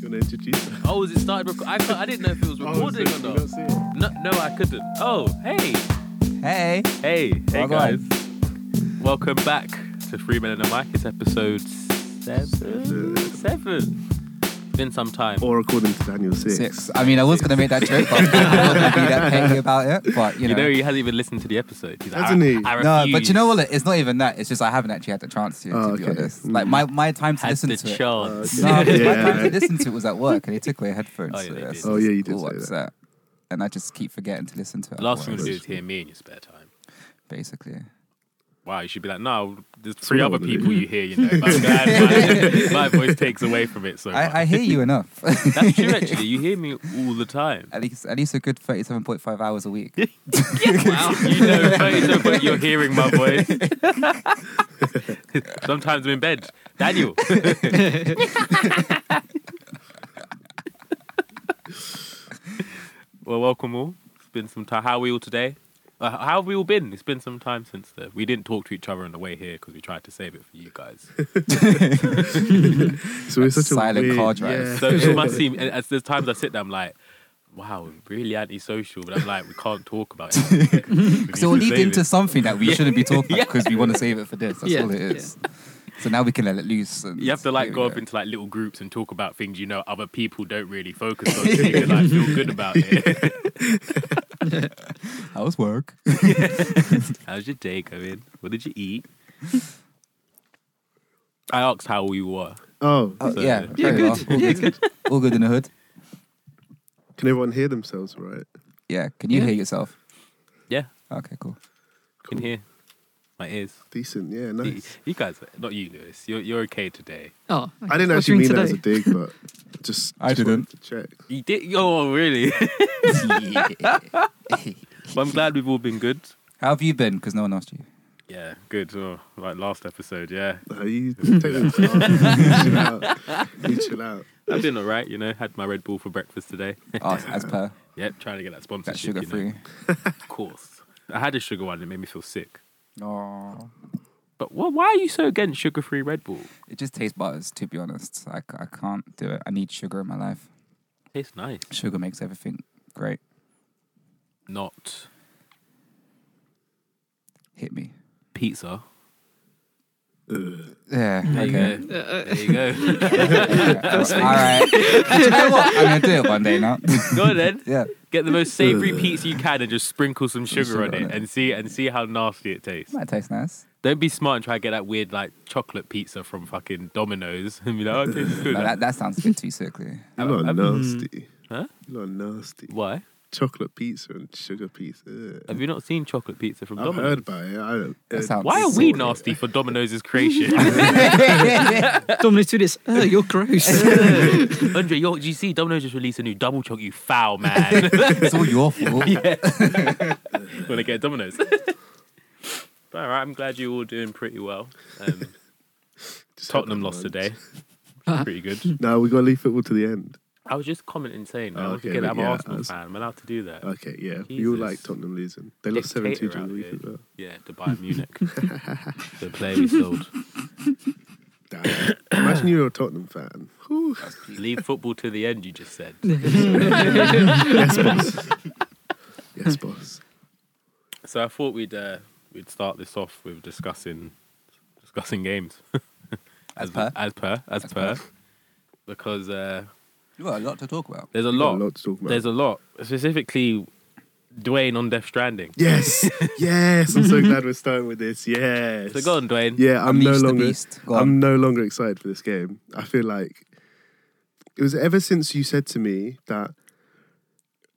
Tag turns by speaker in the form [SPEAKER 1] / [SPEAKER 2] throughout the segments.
[SPEAKER 1] gonna introduce us.
[SPEAKER 2] Oh, was it started? Rec- I, can't- I didn't know if it was
[SPEAKER 3] Oh,
[SPEAKER 2] recording
[SPEAKER 1] so
[SPEAKER 2] or
[SPEAKER 1] you don't
[SPEAKER 2] not.
[SPEAKER 1] see it.
[SPEAKER 2] No, no, I couldn't. Oh, hey,
[SPEAKER 3] Hey.
[SPEAKER 2] hey, hey,
[SPEAKER 3] Welcome.
[SPEAKER 2] guys! Welcome back to Three Men and a Mic. It's episode seven. Seven. Been some time.
[SPEAKER 3] Oh,
[SPEAKER 1] Or according to Daniel six.
[SPEAKER 3] Six. I mean, I was going to make that joke, but I wasn't going to be that petty about it. But, you
[SPEAKER 2] You
[SPEAKER 3] know.
[SPEAKER 2] know, he hasn't even listened to the episode. He's like,
[SPEAKER 1] Hasn't
[SPEAKER 2] I-
[SPEAKER 1] he?
[SPEAKER 2] I
[SPEAKER 3] no, but you know
[SPEAKER 2] refuse.
[SPEAKER 3] what? It's not even that. It's just I haven't actually had the chance to,
[SPEAKER 1] Oh,
[SPEAKER 3] to be
[SPEAKER 1] okay.
[SPEAKER 3] honest. Like, my, my time to
[SPEAKER 2] Had
[SPEAKER 3] listen
[SPEAKER 2] the
[SPEAKER 3] to it. Oh,
[SPEAKER 2] chance.
[SPEAKER 3] No, because my time
[SPEAKER 1] Yeah.
[SPEAKER 3] to listen to it was at work and they took away headphones.
[SPEAKER 2] Oh, yeah, they
[SPEAKER 3] so
[SPEAKER 2] did.
[SPEAKER 3] it's
[SPEAKER 1] Oh, yeah, you did
[SPEAKER 3] all
[SPEAKER 1] say that.
[SPEAKER 3] upset. And I just keep forgetting to listen to it.
[SPEAKER 2] The last thing you want to do
[SPEAKER 3] afterwards,
[SPEAKER 2] is hear me in your spare time.
[SPEAKER 3] Basically.
[SPEAKER 2] Wow, you should be like, no, there's three
[SPEAKER 1] what
[SPEAKER 2] other
[SPEAKER 1] I wanna
[SPEAKER 2] people you hear, you know. But I'm glad my, my voice takes away from it so much.
[SPEAKER 3] I, I hear you enough.
[SPEAKER 2] That's true, actually. You hear me all the time.
[SPEAKER 3] at, least, at least a good 37.5 hours a week.
[SPEAKER 2] Wow. You know, but you know, but you're hearing my voice. Sometimes I'm in bed. Daniel. well, welcome all. It's been some time. How are we all today? Uh, how have we all been? It's been some time since the, we didn't talk to each other on the way here because we tried to save it for you guys.
[SPEAKER 1] So it's such a
[SPEAKER 3] Silent
[SPEAKER 1] weird,
[SPEAKER 3] car drive.
[SPEAKER 1] Yeah.
[SPEAKER 2] So it must seem. and As there's times I sit there, I'm like, wow, really antisocial. But I'm like, we can't talk about it
[SPEAKER 3] Because it will lead into something that we shouldn't be talking
[SPEAKER 2] Yeah.
[SPEAKER 3] about because we want to save it for this. That's
[SPEAKER 4] Yeah,
[SPEAKER 3] all it is. So now we can let it loose. And
[SPEAKER 2] You have to
[SPEAKER 3] here
[SPEAKER 2] like
[SPEAKER 3] we
[SPEAKER 2] go up into like little groups and talk about things you know other people don't really focus on. So you can like feel good about it.
[SPEAKER 3] How's work?
[SPEAKER 2] How's your day going? What did you eat? I asked how you were.
[SPEAKER 1] Oh,
[SPEAKER 3] Oh,
[SPEAKER 2] So-
[SPEAKER 3] yeah,
[SPEAKER 4] Yeah,
[SPEAKER 3] very
[SPEAKER 4] good.
[SPEAKER 3] well. All
[SPEAKER 4] Yeah,
[SPEAKER 3] good. All good in the hood.
[SPEAKER 1] can everyone hear themselves right?
[SPEAKER 3] Yeah. Can you
[SPEAKER 4] Yeah.
[SPEAKER 3] hear yourself?
[SPEAKER 2] Yeah,
[SPEAKER 3] Okay, cool.
[SPEAKER 2] in here, my ears.
[SPEAKER 1] Decent, yeah,
[SPEAKER 2] You-
[SPEAKER 1] nice.
[SPEAKER 2] You guys, not you, Lewis. You're you're okay today.
[SPEAKER 4] Oh,
[SPEAKER 1] I didn't
[SPEAKER 4] What
[SPEAKER 1] actually
[SPEAKER 4] you
[SPEAKER 1] mean that
[SPEAKER 4] doing
[SPEAKER 1] as a dig, but just
[SPEAKER 3] I
[SPEAKER 1] just wanted
[SPEAKER 3] didn't.
[SPEAKER 1] to check.
[SPEAKER 2] You did. Oh, really? but I'm glad we've all been good.
[SPEAKER 3] How have you been? Because no one asked you.
[SPEAKER 2] Yeah, good. Oh, like last episode, yeah.
[SPEAKER 1] No, you technically are. chill out. You chill out.
[SPEAKER 2] I've been all right, you know. Had my Red Bull for breakfast today.
[SPEAKER 3] Oh, as per
[SPEAKER 2] yep, trying to get that
[SPEAKER 3] that
[SPEAKER 2] sponsorship.
[SPEAKER 3] sugar
[SPEAKER 2] you know.
[SPEAKER 3] free.
[SPEAKER 2] Of course. I had a sugar one, it made me feel sick.
[SPEAKER 3] Oh,
[SPEAKER 2] But wh- why are you so against sugar free Red Bull?
[SPEAKER 3] it just tastes butters. To be honest, I, c- I can't do it. I need sugar in my life.
[SPEAKER 2] Tastes nice.
[SPEAKER 3] Sugar makes everything great.
[SPEAKER 2] Not
[SPEAKER 3] Hit me.
[SPEAKER 2] pizza.
[SPEAKER 3] Yeah.
[SPEAKER 2] There
[SPEAKER 3] okay.
[SPEAKER 2] you go. There you go.
[SPEAKER 3] All right. Do you know what? I'm gonna do it one day now.
[SPEAKER 2] go on then.
[SPEAKER 3] yeah.
[SPEAKER 2] Get the most savory pizza you can and just sprinkle some sugar,
[SPEAKER 3] sugar
[SPEAKER 2] on
[SPEAKER 3] on
[SPEAKER 2] it,
[SPEAKER 3] it.
[SPEAKER 2] and see and see how nasty it tastes.
[SPEAKER 3] Might taste nice.
[SPEAKER 2] Don't be smart and try to get that weird like chocolate pizza from fucking Domino's and be like, oh, it tastes good.
[SPEAKER 3] No, that, that sounds a bit too sickly.
[SPEAKER 1] You lot are nasty.
[SPEAKER 2] Huh?
[SPEAKER 1] You lot are nasty.
[SPEAKER 2] Why?
[SPEAKER 1] Chocolate pizza and sugar pizza. ugh.
[SPEAKER 2] Have you not seen chocolate pizza from
[SPEAKER 1] I've
[SPEAKER 2] Domino's?
[SPEAKER 1] heard about it. I don't.
[SPEAKER 3] That sounds
[SPEAKER 2] Why are we
[SPEAKER 3] sick.
[SPEAKER 2] nasty for Domino's creation?
[SPEAKER 4] Dominic do this. Ugh, you're gross.
[SPEAKER 2] Andre, yo, do you see Domino's just released a new double choc, you foul man?
[SPEAKER 3] It's all your fault.
[SPEAKER 2] when I get Domino's. but all right, I'm glad you're all doing pretty well. Um,
[SPEAKER 1] Just had
[SPEAKER 2] Tottenham
[SPEAKER 1] that
[SPEAKER 2] lost
[SPEAKER 1] lunch.
[SPEAKER 2] today. pretty good.
[SPEAKER 1] No, we got to leave football to the end.
[SPEAKER 2] I was just commenting saying,
[SPEAKER 1] Oh,
[SPEAKER 2] oh,
[SPEAKER 1] okay,
[SPEAKER 2] again,
[SPEAKER 1] but
[SPEAKER 2] I'm
[SPEAKER 1] yeah,
[SPEAKER 2] an Arsenal
[SPEAKER 1] that's- Oh.
[SPEAKER 2] fan. I'm allowed to do that.
[SPEAKER 1] Okay, yeah. You all
[SPEAKER 2] Jesus.
[SPEAKER 1] like Tottenham losing. They lost 72
[SPEAKER 2] Dictator
[SPEAKER 1] during
[SPEAKER 2] out
[SPEAKER 1] the week
[SPEAKER 2] here.
[SPEAKER 1] as well.
[SPEAKER 2] Yeah, to Bayern Munich. the player we sold.
[SPEAKER 1] Damn. Imagine you're a Tottenham fan. Whew.
[SPEAKER 2] Leave football to the end, you just said.
[SPEAKER 1] yes, boss. yes, boss.
[SPEAKER 2] So I thought we'd uh, we'd start this off with discussing discussing games.
[SPEAKER 3] As per.
[SPEAKER 2] as per as,
[SPEAKER 3] As
[SPEAKER 2] per.
[SPEAKER 3] per.
[SPEAKER 2] Because uh,
[SPEAKER 3] You've got a lot to talk about.
[SPEAKER 2] there's a
[SPEAKER 1] We've got
[SPEAKER 2] lot.
[SPEAKER 1] A lot to talk about.
[SPEAKER 2] There's a lot. Specifically, Dwayne on Death Stranding.
[SPEAKER 1] yes, yes. I'm so glad we're starting with this. Yes.
[SPEAKER 2] So go on, Dwayne.
[SPEAKER 1] Yeah, I'm
[SPEAKER 3] Unleash
[SPEAKER 1] no
[SPEAKER 3] the
[SPEAKER 1] longer.
[SPEAKER 3] beast. Go
[SPEAKER 1] I'm
[SPEAKER 3] on.
[SPEAKER 1] no longer excited for this game. I feel like it was ever since you said to me that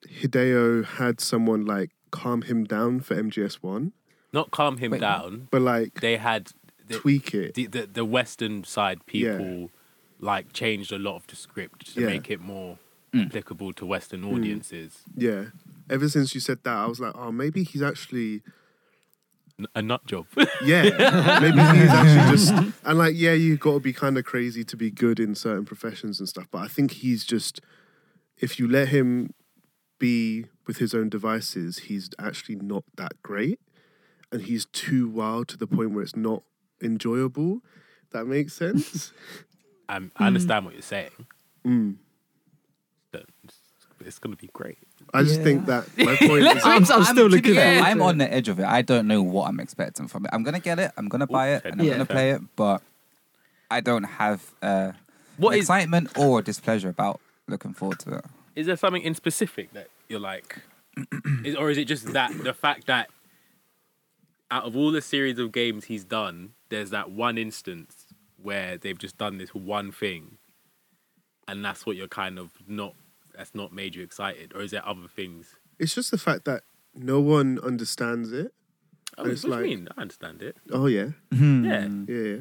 [SPEAKER 1] Hideo had someone like calm him down for MGS One,
[SPEAKER 2] Not calm him
[SPEAKER 3] Wait,
[SPEAKER 2] down.
[SPEAKER 1] but like
[SPEAKER 2] They had the,
[SPEAKER 1] tweak it.
[SPEAKER 2] the, the, the Western side
[SPEAKER 1] Yeah.
[SPEAKER 2] people like changed a lot of the script to
[SPEAKER 1] Yeah. Mm.
[SPEAKER 2] make it more applicable to Western audiences.
[SPEAKER 1] Yeah. Ever since you said that, I was like, oh, maybe he's actually
[SPEAKER 2] N- a nut job.
[SPEAKER 1] Yeah, maybe he's actually just and like yeah, you got to be kind of crazy to be good in certain professions and stuff. But I think he's just if you let him be with his own devices, he's actually not that great, and he's too wild to the point where it's not enjoyable. That makes sense. Mm.
[SPEAKER 2] i I understand what you're saying, then it's, it's gonna be great.
[SPEAKER 1] I just
[SPEAKER 4] Yeah.
[SPEAKER 1] think that my point is
[SPEAKER 4] I'm, I'm still
[SPEAKER 3] to be
[SPEAKER 4] looking
[SPEAKER 3] fair,
[SPEAKER 4] at
[SPEAKER 3] I'm on the edge of it. I don't know what I'm expecting from it. I'm gonna get it. I'm gonna buy it, and I'm
[SPEAKER 4] Yeah.
[SPEAKER 3] gonna play it. But I don't have uh,
[SPEAKER 2] What is
[SPEAKER 3] excitement or displeasure about looking forward to it.
[SPEAKER 2] is there something in specific that you're like, is, or is it just that the fact that out of all the series of games he's done, there's that one instance where they've just done this one thing, and that's what you're kind of not. That's not made you excited, or is there other things?
[SPEAKER 1] it's just the fact that no one understands it.
[SPEAKER 2] I
[SPEAKER 1] And
[SPEAKER 2] mean, what
[SPEAKER 1] it's
[SPEAKER 2] do you
[SPEAKER 1] like-
[SPEAKER 2] mean? I understand it.
[SPEAKER 1] Oh yeah,
[SPEAKER 2] Yeah.
[SPEAKER 1] yeah, yeah.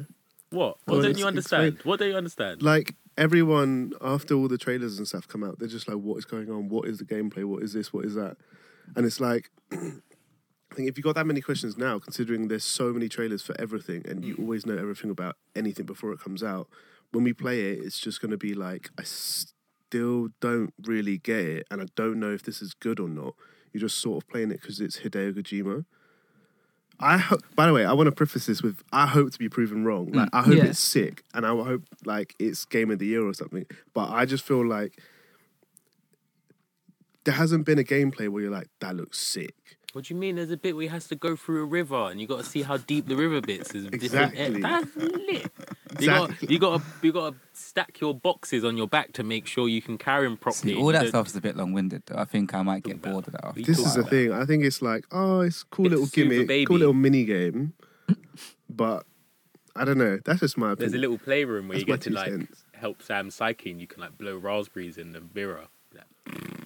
[SPEAKER 2] What?
[SPEAKER 1] Well,
[SPEAKER 2] What don't
[SPEAKER 1] it's-
[SPEAKER 2] you
[SPEAKER 1] explain-
[SPEAKER 2] understand? What don't you understand?
[SPEAKER 1] Like everyone after all the trailers and stuff come out, they're just like, "What is going on? What is the gameplay? What is this? What is that?" And it's like, I think if you got that many questions now, considering there's so many trailers for everything, and you always know everything about anything before it comes out, when we play it, it's just going to be like, I still don't really get it, and I don't know if this is good or not. You're just sort of playing it because it's Hideo Kojima. I ho- by the way, I want to preface this with I hope to be proven wrong. Like I hope
[SPEAKER 4] Yeah.
[SPEAKER 1] it's sick, and I hope like it's game of the year or something. But I just feel like there hasn't been a gameplay where you're like, that looks sick.
[SPEAKER 2] What do you mean? There's a bit where he has to go through a river, and you got to see how deep the river bits is. different-
[SPEAKER 1] Exactly.
[SPEAKER 2] That's lit.
[SPEAKER 1] Exactly.
[SPEAKER 2] You got you got to stack your boxes on your back to make sure you can carry them properly.
[SPEAKER 3] See, all that
[SPEAKER 2] Don't-
[SPEAKER 3] stuff is a bit long-winded. though. I think I might get bored of that. After
[SPEAKER 1] This
[SPEAKER 3] a
[SPEAKER 1] is the
[SPEAKER 3] while.
[SPEAKER 1] thing. I think it's like, oh, it's a cool
[SPEAKER 2] It's
[SPEAKER 1] little
[SPEAKER 2] Super
[SPEAKER 1] gimmick,
[SPEAKER 2] Baby.
[SPEAKER 1] cool little mini game. But I don't know. That's just my opinion.
[SPEAKER 2] There's a little playroom where
[SPEAKER 1] That's
[SPEAKER 2] you
[SPEAKER 1] my
[SPEAKER 2] get to
[SPEAKER 1] two
[SPEAKER 2] like
[SPEAKER 1] cents.
[SPEAKER 2] help Sam's psyche, and you can like blow raspberries in the mirror. Like,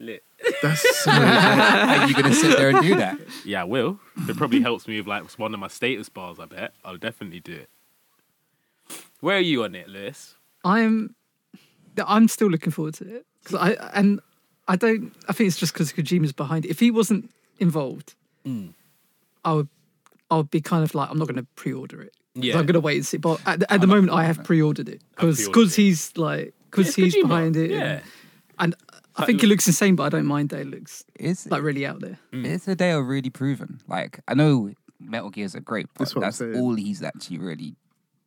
[SPEAKER 2] lit.
[SPEAKER 1] That's so-
[SPEAKER 3] Are you gonna sit there and do that?
[SPEAKER 2] Yeah, I will. It probably helps me with like one of my status bars. I bet I'll definitely do it. Where are you on it, Lewis?
[SPEAKER 4] I'm I'm still looking forward to it 'Cause I and I don't. I think it's just because Kojima's behind. it. If he wasn't involved, I would I would be kind of like I'm not going to pre-order it. 'Cause
[SPEAKER 2] Yeah.
[SPEAKER 4] I'm going to wait and see. But at, the- at the moment, I have pre-ordered it because
[SPEAKER 2] pre-ordered it.
[SPEAKER 4] he's like because
[SPEAKER 2] Yeah,
[SPEAKER 4] he's
[SPEAKER 2] Kojima.
[SPEAKER 4] behind it. and-
[SPEAKER 2] Yeah.
[SPEAKER 4] And, I think it looks insane, but I don't mind that it looks
[SPEAKER 3] Is
[SPEAKER 4] like really out there.
[SPEAKER 2] Hmm.
[SPEAKER 3] is Hideo really proven? Like I know Metal Gears are great, but
[SPEAKER 1] That's what I'm
[SPEAKER 3] that's,
[SPEAKER 1] saying.
[SPEAKER 3] all he's actually really.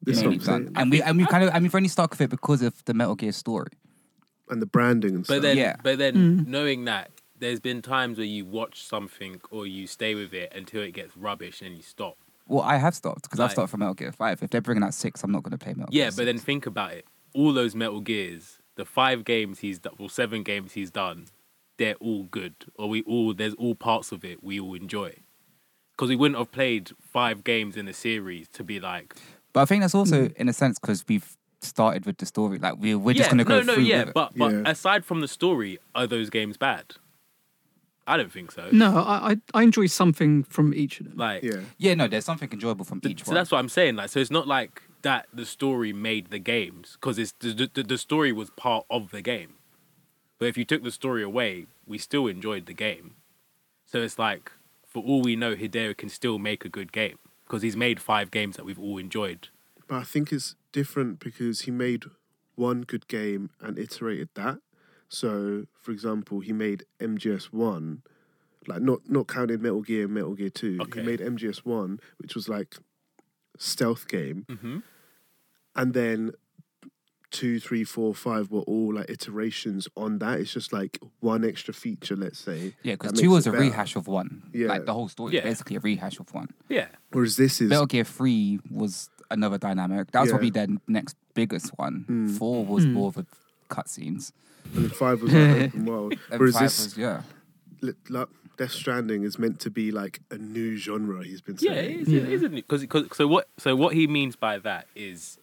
[SPEAKER 1] That's what
[SPEAKER 3] mainly
[SPEAKER 1] I'm saying.
[SPEAKER 3] done. And we and we kind of I mean, we've only stuck with it because of the Metal Gear story.
[SPEAKER 1] and the branding and
[SPEAKER 2] But
[SPEAKER 1] stuff.
[SPEAKER 2] then,
[SPEAKER 3] Yeah.
[SPEAKER 2] but then, knowing that there's been times where you watch something or you stay with it until it gets rubbish and you stop.
[SPEAKER 3] Well, I have stopped because I've
[SPEAKER 2] Right.
[SPEAKER 3] stopped from Metal Gear Five. If they're bringing out six, I'm not going to play Metal.
[SPEAKER 2] Yeah,
[SPEAKER 3] Gear
[SPEAKER 2] but then
[SPEAKER 3] six.
[SPEAKER 2] think about it. All those Metal Gears, the five games he's done, well, seven games he's done, they're all good. Or we all there's all parts of it we all enjoy. Because we wouldn't have played five games in a series to be like,
[SPEAKER 3] but I think that's also in a sense because we've started with the story. Like we're we're just
[SPEAKER 2] Hmm. yeah,
[SPEAKER 3] going to go
[SPEAKER 2] no, no,
[SPEAKER 3] through
[SPEAKER 2] yeah.
[SPEAKER 3] with it.
[SPEAKER 2] But but
[SPEAKER 1] Yeah.
[SPEAKER 2] aside from the story, are those games bad? I don't think so.
[SPEAKER 4] No, I I, I enjoy something from each of them.
[SPEAKER 2] Like,
[SPEAKER 1] yeah.
[SPEAKER 3] yeah, no, there's something enjoyable from each
[SPEAKER 2] so
[SPEAKER 3] one.
[SPEAKER 2] that's what I'm saying. Like, so it's not like that. The story made the games because it's the, the the story was part of the game. But if you took the story away, we still enjoyed the game. So it's like, for all we know, Hideo can still make a good game because he's made five games that we've all enjoyed.
[SPEAKER 1] But I think it's different because he made one good game and iterated that. So, for example, he made MGS One, like not not counting Metal Gear and Metal Gear Two.
[SPEAKER 2] Okay.
[SPEAKER 1] He made MGS One, which was like stealth game,
[SPEAKER 3] Mm-hmm.
[SPEAKER 1] and then two, three, four, five were all like iterations on that. It's just like one extra feature, let's say.
[SPEAKER 3] yeah, because
[SPEAKER 1] that
[SPEAKER 3] two
[SPEAKER 1] makes
[SPEAKER 3] was
[SPEAKER 1] it
[SPEAKER 3] a
[SPEAKER 1] better.
[SPEAKER 3] rehash of one.
[SPEAKER 1] Yeah.
[SPEAKER 3] like the whole story
[SPEAKER 2] Yeah.
[SPEAKER 3] is basically a rehash of one.
[SPEAKER 2] Yeah,
[SPEAKER 1] Whereas this is
[SPEAKER 3] Metal Gear Three was another dynamic. That was
[SPEAKER 1] Yeah. Hmm.
[SPEAKER 3] probably their next biggest one. Four was
[SPEAKER 2] Hmm.
[SPEAKER 3] more of a cutscenes.
[SPEAKER 1] and five was like open world.
[SPEAKER 3] And
[SPEAKER 1] Whereas
[SPEAKER 3] five
[SPEAKER 1] this
[SPEAKER 3] was yeah.
[SPEAKER 1] li- like Death Stranding is meant to be like a new genre. He's been
[SPEAKER 2] yeah,
[SPEAKER 1] saying.
[SPEAKER 2] it is, it is, isn't it? Because so what so what he means by that is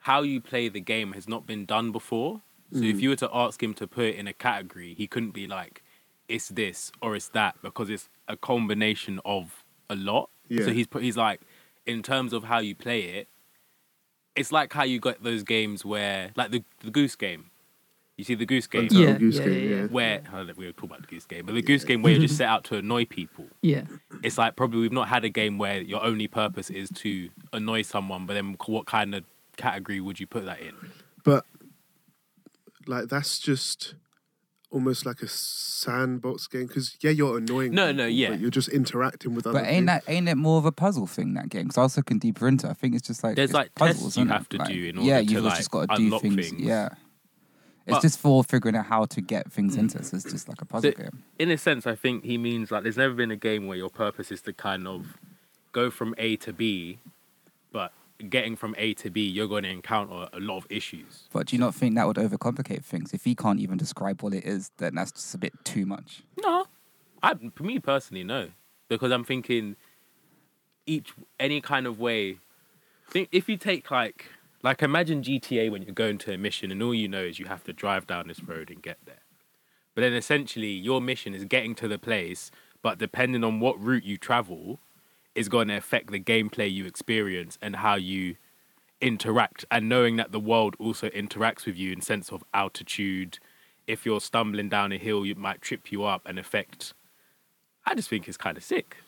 [SPEAKER 2] how you play the game has not been done before. So if you were to ask him to put it in a category, he couldn't be like, it's this or it's that because it's a combination of a lot.
[SPEAKER 1] Yeah.
[SPEAKER 2] So he's put he's like, in terms of how you play it, it's like how you got those games where like the, the goose game. You see the goose game
[SPEAKER 1] Untitled
[SPEAKER 4] Yeah,
[SPEAKER 1] Goose
[SPEAKER 4] yeah,
[SPEAKER 1] Game,
[SPEAKER 4] yeah, yeah.
[SPEAKER 2] where I don't know, we were talking about the goose game, but the goose game where you just set out to annoy people
[SPEAKER 4] Yeah,
[SPEAKER 2] it's like probably we've not had a game where your only purpose is to annoy someone, but then what kind of category would you put that in?
[SPEAKER 1] But like that's just almost like a sandbox game because yeah, you're annoying.
[SPEAKER 2] No, no,
[SPEAKER 1] people,
[SPEAKER 2] yeah.
[SPEAKER 1] But you're just interacting with other.
[SPEAKER 3] But ain't
[SPEAKER 1] people.
[SPEAKER 3] that ain't it more of a puzzle thing that game? Because I was looking deeper into. it. I think it's just like
[SPEAKER 2] There's,
[SPEAKER 3] it's
[SPEAKER 2] like,
[SPEAKER 3] puzzles
[SPEAKER 2] tests you
[SPEAKER 3] isn't it?
[SPEAKER 2] have to
[SPEAKER 3] Like,
[SPEAKER 2] do in
[SPEAKER 3] yeah,
[SPEAKER 2] order to,
[SPEAKER 3] you've
[SPEAKER 2] like,
[SPEAKER 3] just got to do
[SPEAKER 2] unlock
[SPEAKER 3] things.
[SPEAKER 2] things.
[SPEAKER 3] Yeah, It's
[SPEAKER 2] But-
[SPEAKER 3] just for figuring out how to get things into it. So it's just like a puzzle
[SPEAKER 2] So,
[SPEAKER 3] game.
[SPEAKER 2] in a sense, I think he means like there's never been a game where your purpose is to kind of go from A to B, but getting from A to B, you're going to encounter a lot of issues.
[SPEAKER 3] But do you not think that would overcomplicate things? If he can't even describe what it is, then that's just a bit too much.
[SPEAKER 2] No, I for me personally, no, because I'm thinking each any kind of way. Think if you take like like imagine GTA when you're going to a mission and all you know is you have to drive down this road and get there. But then essentially your mission is getting to the place, but depending on what route you travel, is going to affect the gameplay you experience and how you interact and knowing that the world also interacts with you in sense of altitude if you're stumbling down a hill it might trip you up and affect i just think it's kind of sick